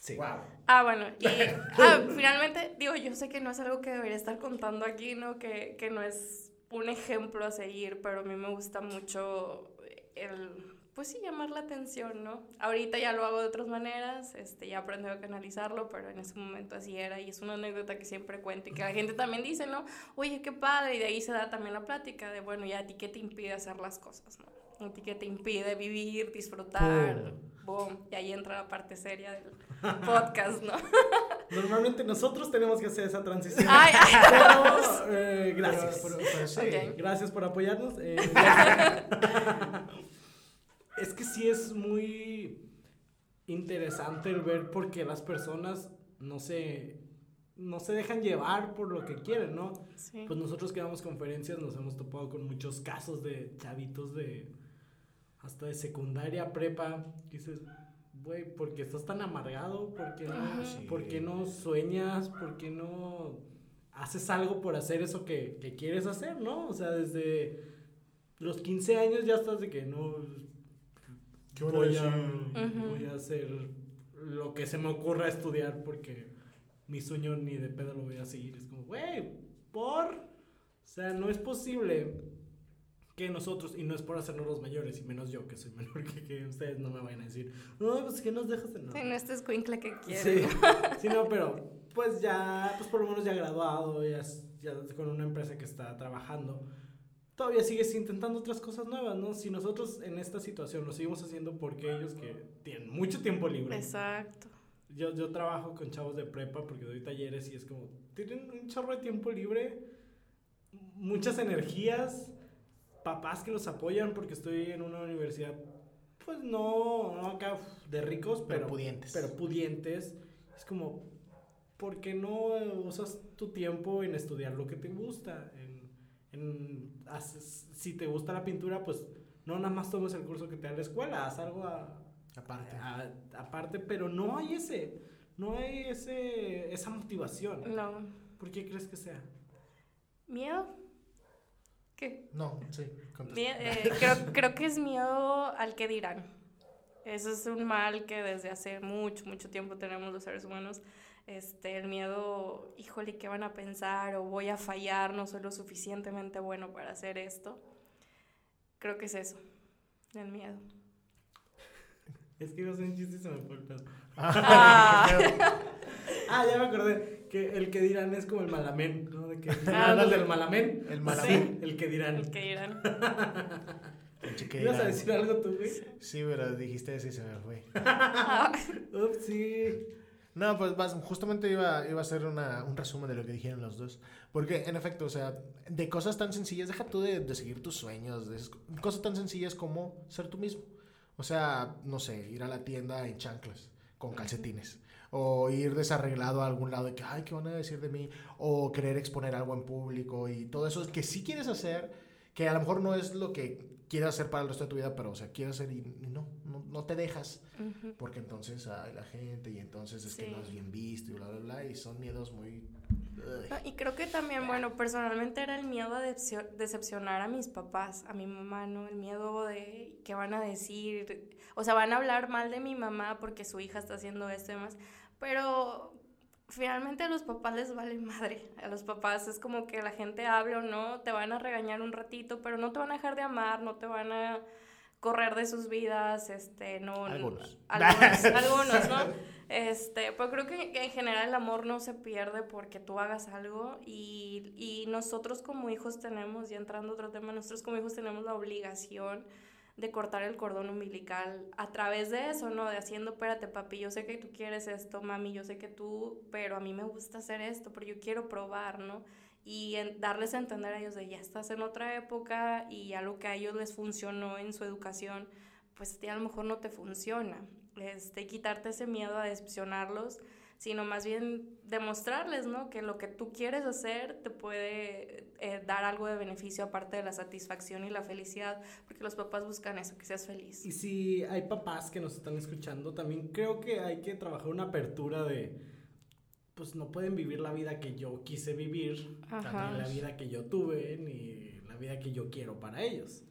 Sí.
Guau.
Ah, bueno. Y ah, finalmente, digo, yo sé que no es algo que debería estar contando aquí, ¿no? Que, que no es un ejemplo a seguir, pero a mí me gusta mucho el, pues sí, llamar la atención, ¿no? Ahorita ya lo hago de otras maneras, este, ya aprendí a canalizarlo, pero en ese momento así era y es una anécdota que siempre cuento y que la gente también dice, ¿no? Oye, qué padre, y de ahí se da también la plática de, bueno, ya a ti qué te impide hacer las cosas, ¿no? A ti qué te impide vivir, disfrutar, boom, y ahí entra la parte seria del podcast, ¿no?
Normalmente nosotros tenemos que hacer esa transición.
Ay, ay,
Pero, eh, gracias.
Pero- pero- pero sí.
Ok.
Gracias por apoyarnos. eh, es que sí es muy interesante el ver por qué las personas no se, no se dejan llevar por lo que quieren, ¿no?
Sí.
Pues nosotros que damos conferencias nos hemos topado con muchos casos de chavitos de hasta de secundaria, prepa, que dices, güey, ¿por qué estás tan amargado? ¿Por qué no,
Ajá.
por qué no sueñas? ¿Por qué no haces algo por hacer eso que, que quieres hacer, ¿no? O sea, desde los 15 años ya estás de que no
¿Qué hora
voy
es?
a,
Ujú.
voy a hacer lo que se me ocurra estudiar porque mi sueño ni de pedo lo voy a seguir. Es como, güey, por. O sea, no es posible que nosotros, y no es por hacernos los mayores, y menos yo que soy menor que, que ustedes, no me vayan a decir, no, pues que nos dejas en. No.
Sí, no este es que quiere.
Sí, sí, no, pero pues ya, pues por lo menos ya graduado, ya, s- ya con una empresa que está trabajando, todavía sigues intentando otras cosas nuevas, ¿no? Si nosotros en esta situación lo seguimos haciendo porque ellos que tienen mucho tiempo libre.
Exacto.
Yo, yo trabajo con chavos de prepa porque doy talleres y es como, tienen un chorro de tiempo libre, muchas energías, papás que los apoyan porque estoy en una universidad, pues no, no acá uf, de ricos,
Pero
pero,
pudientes.
Pero pudientes. Es como, ¿por qué no eh, usas tu tiempo en estudiar lo que te gusta? En, en haces- si te gusta la pintura, pues no nada más tomes el curso que te da la escuela, haz algo a-
Aparte. ah,
a- aparte, pero no hay ese, no hay ese, esa motivación.
No.
¿Por qué crees que sea?
¿Miedo? ¿Qué?
No, sí, contesta.
Mie- eh, creo, creo que es miedo al que dirán. Eso es un mal que desde hace mucho, mucho tiempo tenemos los seres humanos. Este, el miedo, híjole, ¿qué van a pensar? O voy a fallar, no soy lo suficientemente bueno para hacer esto. Creo que es eso, el miedo.
Es que no sé un chiste y se me fue el pedo.
Ah.
Ah, ya me acordé. Que el que dirán es como el malamén, ¿no? De que
Ah,
hablas del malamén.
El malamén.
Sí, el que dirán.
El que dirán.
Pinche que
¿Ibas a
era-
decir algo tú, güey?
Sí, pero dijiste eso y se me fue.
Ah,
Ups, sí.
No, pues vas- justamente iba, iba a hacer una- un resumen de lo que dijeron los dos. Porque, en efecto, o sea, de cosas tan sencillas, deja tú de, de seguir tus sueños, de esas co- cosas tan sencillas como ser tú mismo. O sea, no sé, ir a la tienda en chanclas, con calcetines. O ir desarreglado a algún lado de que, ay, ¿qué van a decir de mí? O querer exponer algo en público y todo eso que sí quieres hacer, que a lo mejor no es lo que quieres hacer para el resto de tu vida, pero, o sea, quieres hacer y, y no, no, no te dejas
ujú.
porque entonces hay la gente y entonces es que
Sí.
no es bien visto y bla, bla, bla, y son miedos muy... Ugh.
Ah,
No, y creo que también, bueno, personalmente era el miedo a decepcio- decepcionar a mis papás, a mi mamá, ¿no? El miedo de qué van a decir, o sea, van a hablar mal de mi mamá porque su hija está haciendo esto y demás, pero finalmente a los papás les vale madre, a los papás es como que la gente habla o no, te van a regañar un ratito, pero no te van a dejar de amar, no te van a correr de sus vidas, este, no...
Algunos.
Algunos, algunos, ¿no? Este, pues creo que, que en general el amor no se pierde porque tú hagas algo y, y nosotros como hijos tenemos, ya entrando a otro tema, nosotros como hijos tenemos la obligación de cortar el cordón umbilical a través de eso, ¿no? De haciendo, espérate papi, yo sé que tú quieres esto, mami, yo sé que tú, pero a mí me gusta hacer esto, pero yo quiero probar, ¿no? Y en- darles a entender a ellos de ya estás en otra época y algo que a ellos les funcionó en su educación, pues a ti a lo mejor no te funciona. Este, quitarte ese miedo a decepcionarlos, sino más bien demostrarles, ¿no? Que lo que tú quieres hacer te puede eh, dar algo de beneficio aparte de la satisfacción y la felicidad, porque los papás buscan eso, que seas feliz.
Y si hay papás que nos están escuchando, también creo que hay que trabajar una apertura de, pues no pueden vivir la vida que yo quise vivir, ni la
Ajá.
vida que yo tuve, ni la vida que yo quiero para ellos.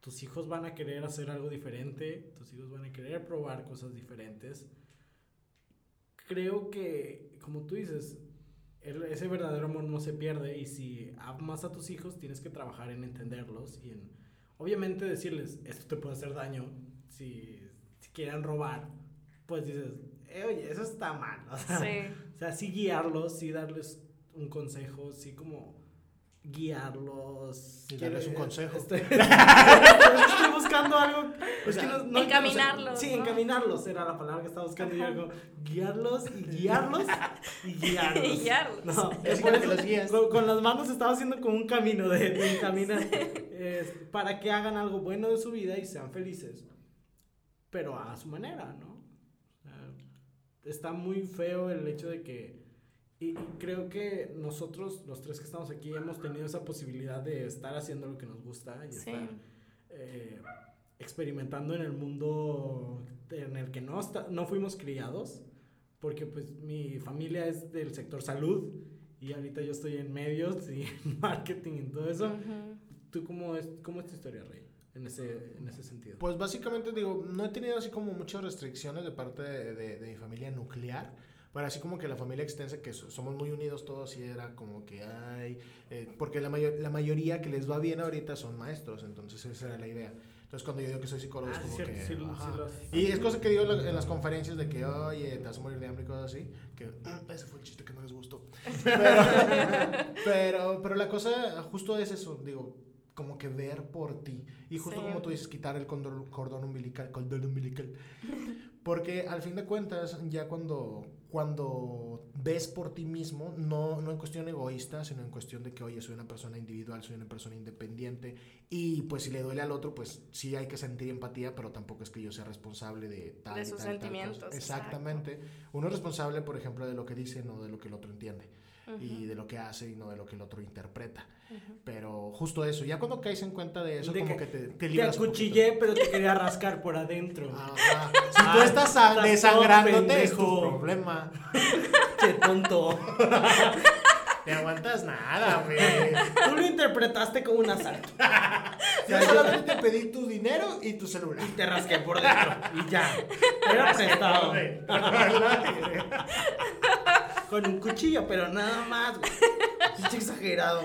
Tus hijos van a querer hacer algo diferente, tus hijos van a querer probar cosas diferentes. Creo que, como tú dices, el- ese verdadero amor no se pierde y si amas a tus hijos tienes que trabajar en entenderlos y en, obviamente, decirles, esto te puede hacer daño, si, si quieren robar, pues dices, "Eh, oye, eso está mal. o sea,
Sí.
o sea, sí guiarlos, sí darles un consejo, sí como guiarlos.
Y darles un consejo.
Estoy, estoy buscando algo. Es que no- no-
Encaminarlos,
Sí,
¿no?
encaminarlos era la palabra que estaba buscando. Y yo
Ajá.
digo, guiarlos y guiarlos y guiarlos.
Y guiarlos.
No,
Es
por
que
eso
los guías.
Con, con las manos estaba haciendo como un camino de, de encaminar. eh, para que hagan algo bueno de su vida y sean felices. Pero a su manera, ¿no? O sea, está muy feo el hecho de que. Y, y creo que nosotros, los tres que estamos aquí, hemos tenido esa posibilidad de estar haciendo lo que nos gusta y
Sí.
estar eh, experimentando en el mundo en el que no, está- no fuimos criados, porque pues mi familia es del sector salud y ahorita yo estoy en medios y en marketing y en todo eso.
Ujú.
¿Tú cómo es, cómo es tu historia, Rey? En ese, en ese sentido.
Pues básicamente digo, no he tenido así como muchas restricciones de parte de, de- de mi familia nuclear. Pero así como que la familia extensa, que so- somos muy unidos todos, y era como que hay. porque la, mayo- la mayoría que les va bien ahorita son maestros, entonces esa era la idea. Entonces cuando yo digo que soy psicólogo,
Ah,
es
sí,
como
cierto,
que.
sí lo-
ajá.
sí lo Mm. has-
y es cosa que digo en la- en las conferencias de que, oye, te vas a morir de hambre y cosas así. Que "Mm, ese fue el chiste que no les gustó. Pero, pero, pero la cosa justo es eso, digo, como que ver por ti. Y justo
Sí.
como tú dices, quitar el cordón, cordón umbilical, cordón umbilical. Porque al fin de cuentas, ya cuando, cuando ves por ti mismo, no, no en cuestión egoísta, sino en cuestión de que, oye, soy una persona individual, soy una persona independiente, y pues si le duele al otro, pues sí hay que sentir empatía, pero tampoco es que yo sea responsable de tal.
De
y
sus
tal y tal cosa.
sentimientos,
Exactamente. Uno es responsable, por ejemplo, de lo que dice, no de lo que el otro entiende
Ujú.
y de lo que hace y no de lo que el otro interpreta.
Ujú.
Pero justo eso, ya cuando caes en cuenta de eso,
De
como
que
que, te, te
Te,
liberas un
acuchillé, pero te quería rascar por adentro.
poquito. Ajá. Si tú
Ah,
estás san-
estás
desangrándote,
todo
es tu
pendejo.
problema.
¡Qué tonto!
Te aguantas nada, güey.
Tú lo interpretaste como un asalto.
Yo solamente te pedí tu dinero y tu celular.
Te rasqué por dentro y ya. Era prestado. Con un cuchillo, pero nada más, güey. Pinche exagerado.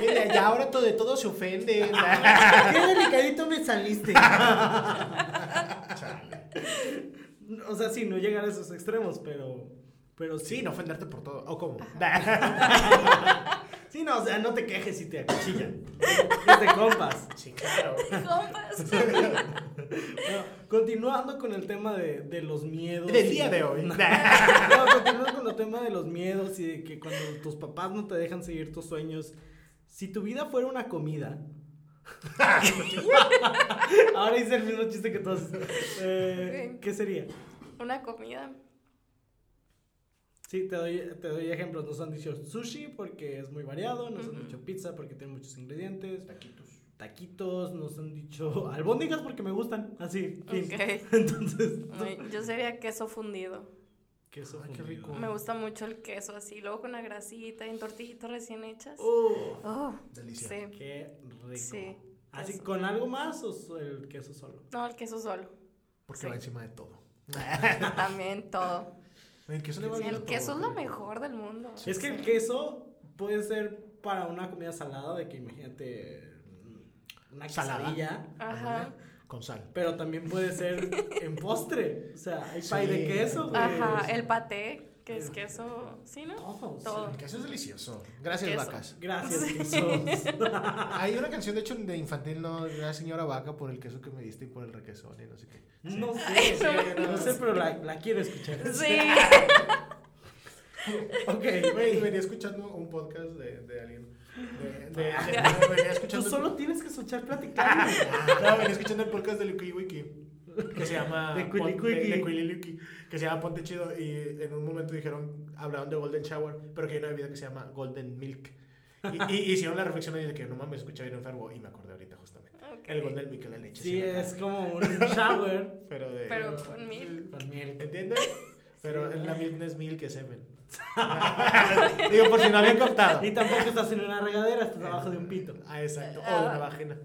Mira, ya ahora todo de todo se ofende.
Qué delicadito me saliste.
Chale.
O sea, sí, no llegar a esos extremos, pero. Pero sí.
Sí, no ofenderte por todo. ¿O cómo?
Sí, no, o sea, no te quejes si te acuchillan. Es de compas.
Sí, claro.
Compas.
Bueno, continuando con el tema de, de los miedos.
Del
y-
día de hoy.
No, continuando con el tema de los miedos y de que cuando tus papás no te dejan seguir tus sueños. Si tu vida fuera una comida. Ahora hice el mismo chiste que todos. Eh,
Ok.
¿Qué sería?
Una comida.
Sí, te doy, te doy ejemplos. Nos han dicho sushi porque es muy variado, nos han dicho pizza porque tiene muchos ingredientes. Taquitos. Taquitos, nos han dicho albóndigas porque me gustan, así. fin.
Ok.
Entonces,
Muy- Yo sería queso fundido.
queso
Ay, Ah, qué
fundido.
rico.
Me gusta mucho el queso así, luego con la grasita y en tortillitas recién hechas.
Uh.
Oh,
Oh,
Delicia.
sí.
qué rico.
Sí,
Así,
queso.
¿con algo más o so- el queso solo?
No, el queso solo.
Porque
Sí.
va encima de todo.
También todo.
El queso le va bien a
El
todo,
queso es lo
güey.
mejor del mundo.
Es que el queso puede ser para una comida salada, de que imagínate mm, una
Salada.
quesadilla.
Ajá.
Con sal.
Pero también puede ser en postre. O sea, hay pay de
Sí.
queso. pues. güey.
Pues.
Ajá, el paté, que es queso, ¿sí, no?
Oh,
Todo, sí.
Todo.
El queso es delicioso. Gracias,
Queso.
vacas.
Gracias,
Sí.
quesos.
Hay una canción, de hecho, de infantil, no, de la señora vaca, por el queso que me diste y por el requesón y no sé qué.
No sé,
no.
no sé, pero la, la quiero escuchar.
Sí.
Ok, güey, venía escuchando un podcast de, de alguien. De, de- de- no, venía
Tú
escuchando.
solo tienes que escuchar platicar. güey.
No, venía escuchando el podcast de Luki Wiki. Que se llama.
De Quili
Pon-
Quiki.
de- de Quili Luki, Que se llama Ponte Chido. Y en un momento dijeron, hablaron de Golden Shower, pero que hay una bebida que se llama Golden Milk. Y, y hicieron la reflexión ahí de que no mames, escuché bien enfermo. Y me acordé ahorita, justamente.
Ok.
El Golden Milk, la leche.
Sí,
sin la
es
cara.
como un shower
Pero de.
Pero con mil.
con miel.
¿Entiendes? Pero en la milk no es milk, es semen. Digo, por si no habían contado.
Y tampoco estás en una regadera, estás abajo de un pito.
Ah, exacto. O de una vagina.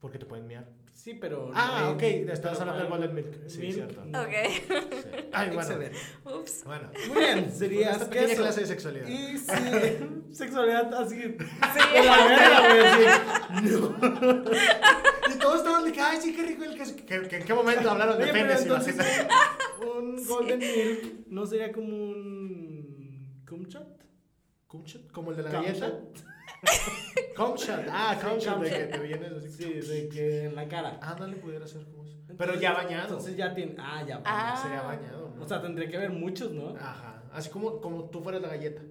Porque te pueden miar.
Sí, pero.
Ah,
no
ok.
hay-
Estabas
pero
hablando del
para-
Golden Milk. Sí,
Milk,
cierto.
no.
Ok.
Sí. Ay, bueno.
Excelente.
Ups.
Bueno.
Muy bien,
Sería
serías
esta pequeña
queso.
clase de sexualidad.
Y sí, sexualidad así.
Sí.
La verga, güey, así.
Y todos estaban de que, ay, sí, qué rico el queso. ¿Que, que en qué momento hablaron de
Oye, pero
penes y
entonces
vaginas?
un Golden Milk no sería como un Kumchat.
¿Cumshot? ¿Como el de la
Cumshot.
galleta? Comshot. Ah, comshot. De que te vienes así.
Sí, de que en la cara.
Ándale, pudiera ser como eso. Pero
Ah, Entonces-
ya bañado.
Entonces ya tiene. Ah, ya.
Ah.
Sería bañado. ¿no?
O sea, tendría que haber muchos, ¿no?
Ajá. Así como, como tú fueras la galleta.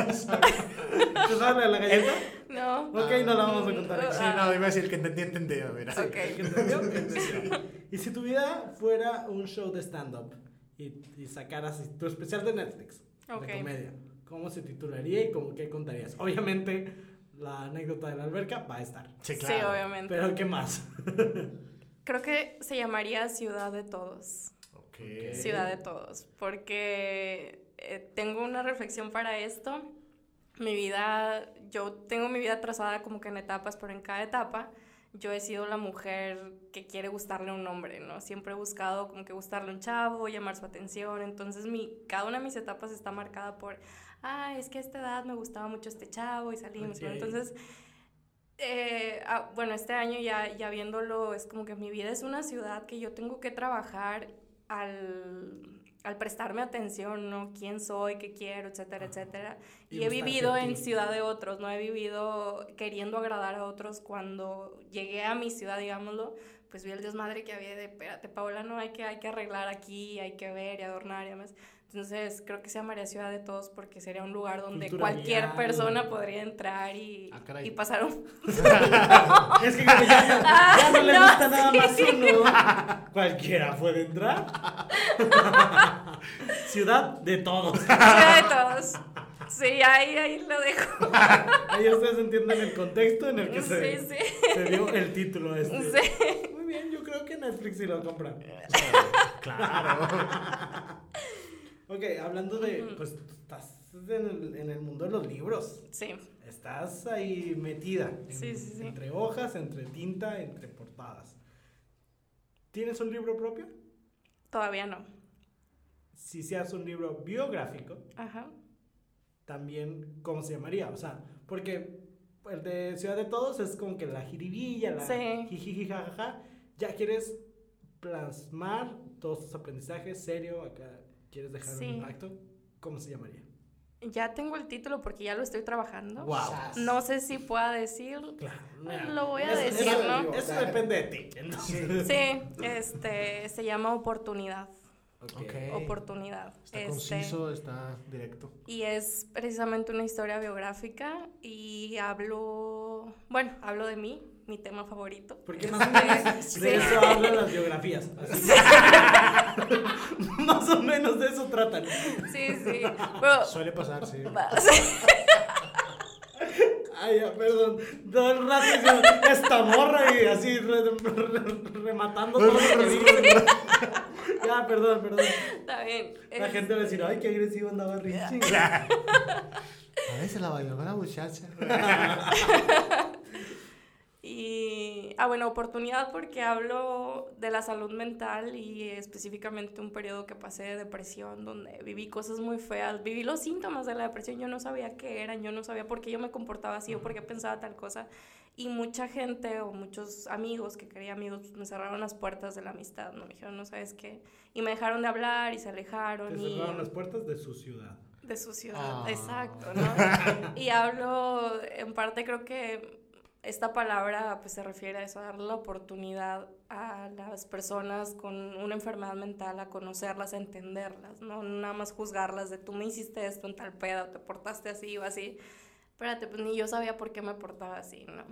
¿Tú sabes la de la galleta?
No.
Ok, no la vamos a contar.
Sí, no, iba a decir que entendí, entendí. Mira.
Ah, Ok.
¿Que entendió? Y si tu vida fuera un show de stand-up y, y sacaras tu especial de Netflix
Ok.
de comedia, ¿cómo se titularía y cómo, qué contarías? Obviamente, la anécdota de la alberca va a estar.
Sí,
Sí,
claro.
obviamente.
Pero, ¿qué más?
Creo que se llamaría Ciudad de Todos.
Ok.
Ciudad de Todos. Porque eh, tengo una reflexión para esto. Mi vida, yo tengo mi vida trazada como que en etapas, pero en cada etapa yo he sido la mujer que quiere gustarle a un hombre, ¿no? Siempre he buscado como que gustarle a un chavo, llamar su atención. Entonces, mi, cada una de mis etapas está marcada por, ah, es que a esta edad me gustaba mucho este chavo y salimos. ¿no?
Ok.
Entonces, eh, ah, bueno, este año ya, ya viéndolo, es como que mi vida es una ciudad que yo tengo que trabajar al, al prestarme atención, ¿no? ¿Quién soy? ¿Qué quiero? Etcétera, etcétera.
Y
Y he
gustarte
vivido
a ti.
en ciudad de otros, no he vivido queriendo agradar a otros. Cuando llegué a mi ciudad, digámoslo, pues vi el desmadre que había de, espérate, Paola, no, hay que, hay que arreglar aquí, hay que ver y adornar y demás. Entonces, creo que se llamaría Ciudad de Todos porque sería un lugar donde
Cultura
cualquier
vial.
persona podría entrar y,
Ah, caray.
y pasar un
Es que como ya, ya no le
Ah,
gusta nada más uno, cualquiera puede entrar. Ciudad de todos.
Ciudad de todos. Sí, ahí, ahí lo dejo.
Ahí ustedes entienden el contexto en el que se,
Sí, sí.
se dio el título este.
Sí.
Muy bien, yo creo que Netflix sí lo compra.
Claro.
Ok, hablando de, pues tú estás en el, en el mundo de los libros.
Sí,
Estás ahí metida. en-
Sí, sí, sí.
Entre hojas, entre tinta, entre portadas. ¿Tienes un libro propio?
todavía no.
Si seas un libro biográfico,
Ajá.
también cómo se llamaría, o sea, porque el de Ciudad de Todos es como que la jiribilla, la
Sí.
jijiji, jajaja, ya quieres plasmar todos tus aprendizajes, serio, acá quieres dejar
Sí.
un impacto, ¿cómo se llamaría?
Ya tengo el título porque ya lo estoy trabajando.
Wow.
Sas.
No sé si pueda decir.
Claro,
Lo voy a
Eso-
decir,
eso-
¿no?
Eso depende de ti. Entonces.
Sí, este, se llama Oportunidad.
Ok.
Oportunidad.
Está
Este,
conciso, está directo.
Y es precisamente una historia biográfica y hablo, bueno, hablo de mí, mi tema favorito. Este,
Porque más o menos
Sí.
de eso hablan las biografías. así. más o menos de eso tratan.
Sí, sí.
Oh.
Bueno,
Suele pasar, sí.
Ay, ya, perdón. Todo el rato yo, esta morra y así re- re- rematando todo lo que digo. Ya, perdón, perdón.
está bien.
La
Es-
gente va a decir, ay, qué agresivo andaba Richie.
A veces la bailó la muchacha.
Y, ah, bueno, oportunidad porque hablo de la salud mental y específicamente un periodo que pasé de depresión, donde viví cosas muy feas, viví los síntomas de la depresión, yo no sabía qué eran, yo no sabía por qué yo me comportaba así o por qué pensaba tal cosa. Y mucha gente o muchos amigos que quería amigos pues, me cerraron las puertas de la amistad, ¿no? Me dijeron, no sabes qué. Y me dejaron de hablar y se alejaron.
Te
y...
cerraron las puertas de su ciudad.
De su ciudad,
Ah.
exacto, ¿no? Y hablo, en parte creo que esta palabra pues se refiere a eso, a darle la oportunidad a las personas con una enfermedad mental a conocerlas, a entenderlas, ¿no? No Nada más juzgarlas de tú me hiciste esto en tal pedo, te portaste así o así. Espérate, pues ni yo sabía por qué me portaba así, ¿no?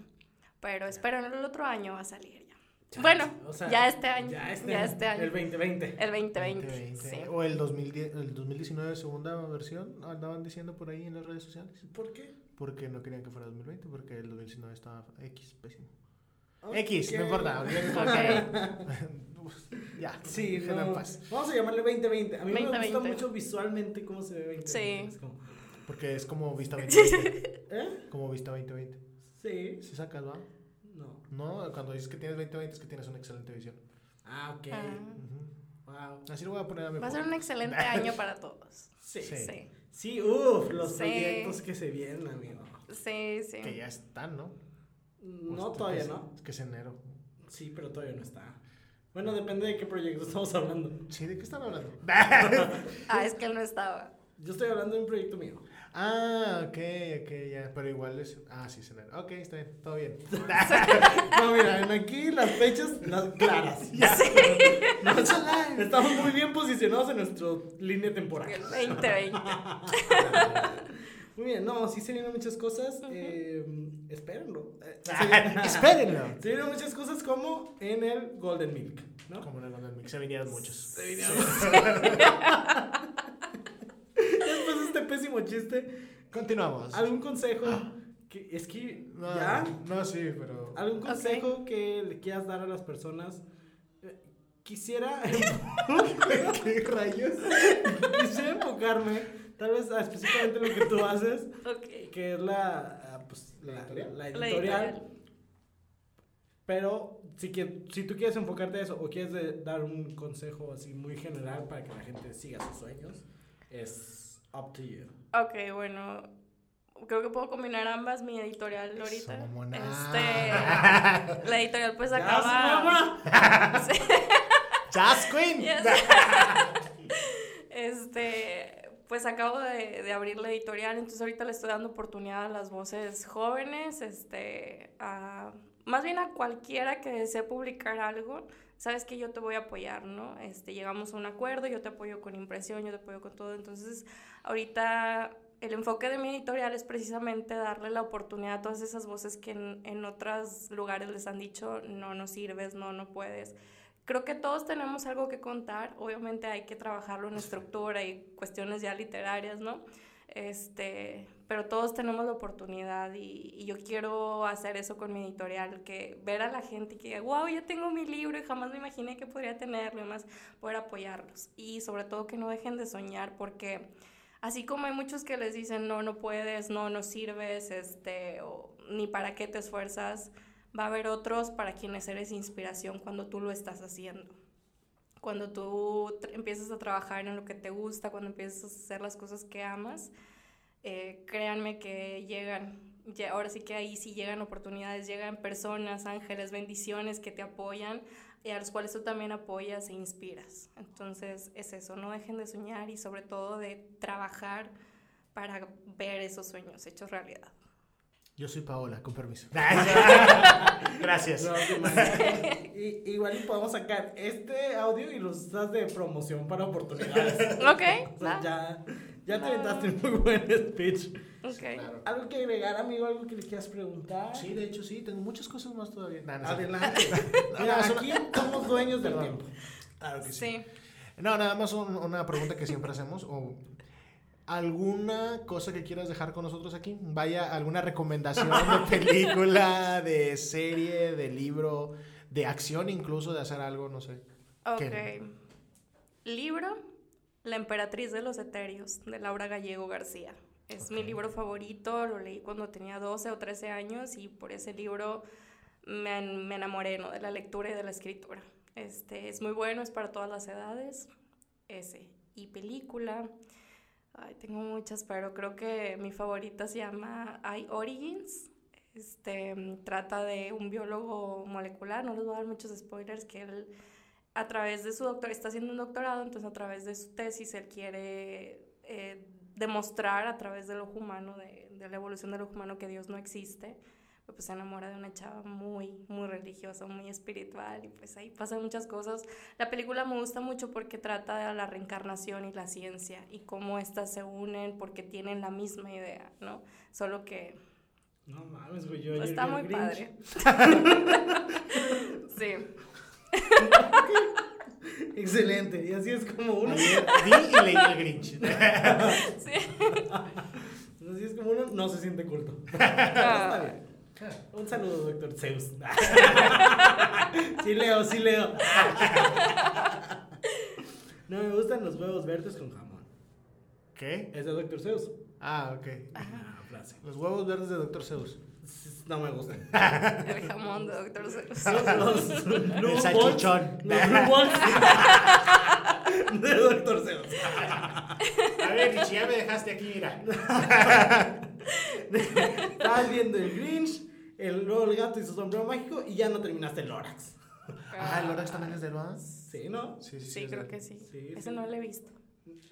Pero espero en el otro año va a salir ya. Bueno,
O sea,
ya este año,
Ya este,
ya este año.
El 2020.
El 2020,
2020.
sí.
O el, 2010, el 2019, segunda versión, andaban diciendo por ahí en las redes sociales.
¿Por qué?
Porque no querían que fuera 2020, porque el 2019 estaba X, pésimo.
Ok.
X, no importa. olvídate.
Ok,
ya,
Sí,
déjala en
no.
paz.
Vamos a llamarle 2020. A mí me gusta
2020.
mucho visualmente cómo se ve 2020.
Sí.
Es como,
Porque es como Vista 2020.
¿Eh?
como Vista 2020.
Sí.
Si sacas, ¿va?
No.
No, cuando dices que tienes 2020 es que tienes una excelente visión.
Ah, ok.
ah,
Ujú.
Wow.
Así lo voy a poner a mi
va a
foto.
ser un excelente año para todos.
Sí.
Sí.
Sí,
Sí,
uff, los
Sí.
proyectos que se vienen, amigo.
sí,
Que
sí.
ya están, ¿no?
No,
Pues,
todavía
es-
no.
Es que es enero.
Sí, pero todavía no está. Bueno, depende de qué proyecto estamos hablando.
Sí, ¿de qué están hablando?
Ah, es que él no estaba.
Yo estoy hablando de un proyecto mío.
ah, ok, ok, ya. Pero igual es. Ah, sí, es enero. Ok, está bien, todo bien.
No, mira, en aquí las fechas las claras.
ya. No se la-
Estamos muy bien posicionados en nuestra línea temporal.
El 2020.
Muy bien, no, sí se vienen muchas cosas. eh, espérenlo. Eh,
Ah, Espérenlo.
Se vienen muchas cosas como en el Golden Milk, ¿no?
Como no, no, no, se vinieron muchos.
Se vinieron. Después de este pésimo chiste,
Continuamos.
¿algún consejo? Que, es que,
No,
¿ya?
No, sí, pero.
¿Algún consejo que le quieras dar a las personas eh, Quisiera. ¿Qué rayos? Quisiera enfocarme, tal vez a específicamente lo que tú haces,
Ok.
que es la. ah, pues, la, la
La
editorial.
editorial.
Pero si, que, si tú quieres enfocarte a eso o quieres de- dar un consejo así muy general para que la gente siga sus sueños, es up to you.
Ok, bueno. Creo que puedo combinar ambas, mi editorial ahorita.
Eso, mamona.
Este, la editorial pues
Ya, sí,
acaba.
mamá.
Sí.
¡Jazz Queen!
Yes. este, pues acabo de, de abrir la editorial, entonces ahorita le estoy dando oportunidad a las voces jóvenes, este, a- más bien a cualquiera que desee publicar algo. Sabes que yo te voy a apoyar, ¿no? Este, llegamos a un acuerdo, yo te apoyo con impresión, yo te apoyo con todo. Entonces, ahorita el enfoque de mi editorial es precisamente darle la oportunidad a todas esas voces que en, en otros lugares les han dicho, no, no sirves, no, no puedes creo que todos tenemos algo que contar, obviamente hay que trabajarlo en estructura y cuestiones ya literarias, ¿no? Este, pero todos tenemos la oportunidad y, y yo quiero hacer eso con mi editorial, que ver a la gente y que diga, wow, ya tengo mi libro y jamás me imaginé que podría tenerlo y más poder apoyarlos. Y sobre todo que no dejen de soñar porque así como hay muchos que les dicen, no, no puedes, no, no sirves, este, o, ni para qué te esfuerzas, va a haber otros para quienes eres inspiración cuando tú lo estás haciendo. Cuando tú tr- empiezas a trabajar en lo que te gusta, cuando empiezas a hacer las cosas que amas, eh, créanme que llegan, ya- ahora sí que ahí sí llegan oportunidades, llegan personas, ángeles, bendiciones que te apoyan y a los cuales tú también apoyas e inspiras. Entonces es eso, no dejen de soñar y sobre todo de trabajar para ver esos sueños hechos realidad.
Yo soy Paola, con permiso. Gracias.
No, qué mal. I- igual y podemos sacar este audio y los usas de promoción para oportunidades.
Ok,
O sea,
va,
ya, ya te
Va.
aventaste un muy buen speech.
ok.
Claro.
¿Algo que agregar, amigo? ¿Algo que le quieras preguntar?
Sí, de hecho, sí, tengo muchas cosas más todavía. Nah, no sé.
Adelante.
No,
Mira,
no, solo-
aquí somos dueños del
Perdón.
tiempo.
Claro que sí.
Sí.
No, nada más un- una pregunta que siempre hacemos. O ¿Alguna cosa que quieras dejar con nosotros aquí? Vaya, alguna recomendación de película, de serie, de libro, de acción incluso, de hacer algo, no sé.
Ok.
¿Qué?
Libro La emperatriz de los etéreos de Laura Gallego García. Es mi
Ok.
libro favorito, lo leí cuando tenía 12 o 13 años y por ese libro me, en- me enamoré ¿no? de la lectura y de la escritura. Este, es muy bueno, es para todas las edades. Ese. Y película. Ay, tengo muchas, pero creo que mi favorita se llama I Origins. Este, trata de un biólogo molecular, no les voy a dar muchos spoilers, que él a través de su doctor está haciendo un doctorado, entonces a través de su tesis él quiere eh, demostrar a través del ojo humano, de, de la evolución del ojo humano, que Dios no existe. Pero, Pues se enamora de una chava muy, muy religiosa, muy espiritual, y pues ahí pasan muchas cosas. La película me gusta mucho porque trata de la reencarnación y la ciencia, y cómo estas se unen porque tienen la misma idea, ¿no? Solo que
No mames, güey. Yo ayer
está
vi el
muy
Grinch.
padre. sí.
Excelente. Y así es como uno.
Vi y leí el Grinch.
Así es como uno no se siente culto. Está
Ah,
bien. Un saludo, doctor Zeus. sí leo, sí leo. No me gustan los huevos verdes con jamón.
¿Qué?
Es de doctor Zeus.
Ah, ok.
Ah, frase.
Los huevos verdes de Dr. Zeus.
No me gustan.
el jamón de Doctor Zeus.
Los Blue
El
Balls-
salchichón.
Los Blue Balls de doctor Zeus.
A ver, Richie, ya me dejaste aquí, mira.
Estabas viendo el Grinch, el, luego el gato y su sombrero mágico y ya no terminaste el Lorax.
Ah, el Lorax también es de Loa.
Sí, ¿no?
Sí,
Sí,
es
creo
de-
que sí.
Sí,
Ese
sí.
no lo he visto.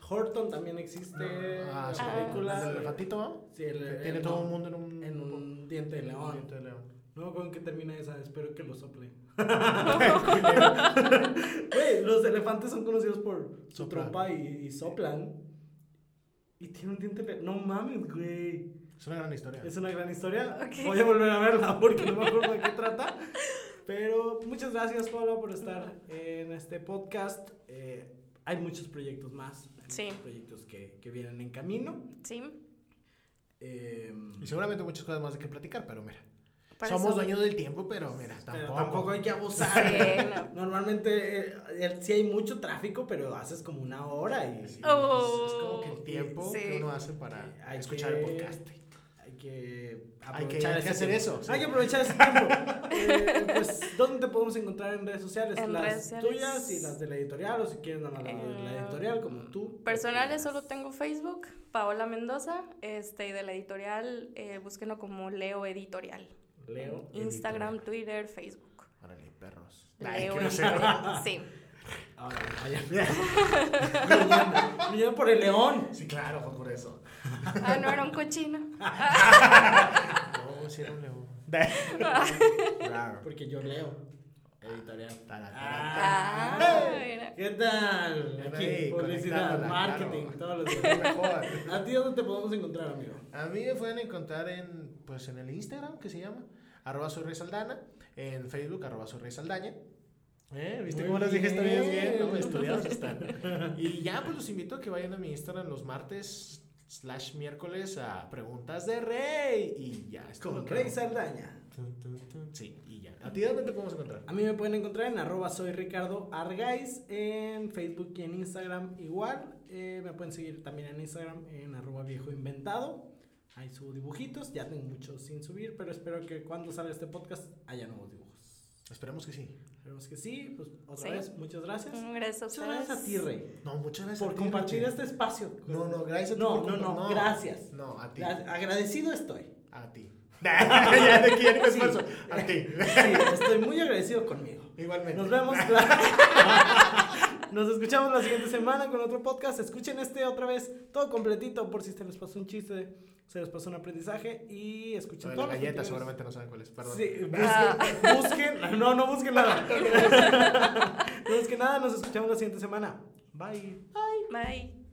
Horton también existe.
Ah, sí.
la película.
El elefantito, ¿no?
Sí, el-
Que
el-
tiene
no,
todo el mundo en un...
En un diente de
un
león.
diente de león.
No, ¿con qué termina esa? Espero que lo sople. Güey, los elefantes son conocidos por su
Soplar.
trompa y, y soplan. Y tiene un diente de león. No mames, güey.
Es una gran historia.
Es una gran historia.
Ok.
Voy a volver a verla porque no me acuerdo de qué trata. Pero muchas gracias, Paula, por estar en este podcast. Eh, hay muchos proyectos más. Hay
Sí.
muchos proyectos que, que vienen en camino. Em,
Sí.
Eh,
Y seguramente muchas cosas más de que platicar, pero mira.
Para
Somos
eso-
dueños del tiempo, pero mira, tampoco.
Pero tampoco hay que abusar.
Sí, no.
Normalmente eh, eh, sí hay mucho tráfico, pero haces como una hora y
Sí,
Oh,
es, es como que el tiempo
sí.
que uno hace para
Sí, hay
escuchar
que-
el podcast.
hay que
Hay que-
aprovechar
hay que
ese
hacer
tiempo.
eso, sí.
Hay que aprovechar ese tiempo. Eh, pues, ¿dónde te podemos encontrar en redes sociales?
En
las
redes sociales.
tuyas y las de la editorial, o si quieren nada más la, de la
Eh,
editorial, como tú.
Personales solo tengo Facebook, Paola Mendoza, este, y de la editorial, eh, búsquenlo como Leo Editorial.
Leo.
Instagram, Twitter, Facebook.
Órale, perros. Ay,
Leo
qué grosero.
Editorial. Sí.
Ahora, Ah, vaya. Gruñón- gruñón por el león.
Sí, claro, fue por eso.
Ah, no, era un cochino.
No, sí era un león. Ah.
Porque yo leo. Editorial.
Tara, tara.
Ah, mira.
¿Qué tal?
Bien
Aquí,
ahí,
publicidad,
conectándola,
marketing,
claro.
todos los días.
Mejor.
¿A ti dónde te podemos encontrar, amigo?
A mí me pueden encontrar en, pues, en el Instagram, que se llama, arroba soy Rey Saldana, en Facebook, arroba soy Rey Saldaña. ¿Eh? ¿Viste
Muy
cómo las dije
bien.
bien? bien? No, estudiados están. Y ya, pues, los invito a que vayan a mi Instagram los martes slash miércoles a Preguntas de Rey. Y ya. es todo.
Con Rey Saldaña.
Tun, tun, tun. Sí, y ya. ¿A ti dónde te podemos encontrar?
A mí me pueden encontrar en arroba soy Ricardo Argais, en Facebook y en Instagram igual. Eh, me pueden seguir también en Instagram en arroba viejo inventado. Ahí subo dibujitos, ya tengo muchos sin subir, pero espero que cuando salga este podcast haya nuevos dibujos.
Esperemos que sí.
Esperemos que sí, pues otra
Sí.
vez, muchas gracias.
Gracias a
Muchas
ustedes.
gracias a ti, Rey,
No, muchas gracias. a
por
ti,
compartir
Roque.
este espacio.
No, no, gracias a ti.
No,
por
no, no,
compa-
gracias.
No, a ti.
A- Agradecido estoy.
A ti. ya de aquí ya ni me
Sí.
esfuerzo. A ti.
Sí, estoy muy agradecido conmigo.
Igualmente.
Nos vemos. Nos escuchamos la siguiente semana con otro podcast. Escuchen este otra vez, todo completito, por si se les pasó un chiste, se les pasó un aprendizaje y escuchen
Sobre
todo.
la galleta, seguramente no saben cuál es. Perdón.
Sí, busquen, busquen- no, no busquen nada. No busquen nada, nos escuchamos la siguiente semana. Bye.
Bye.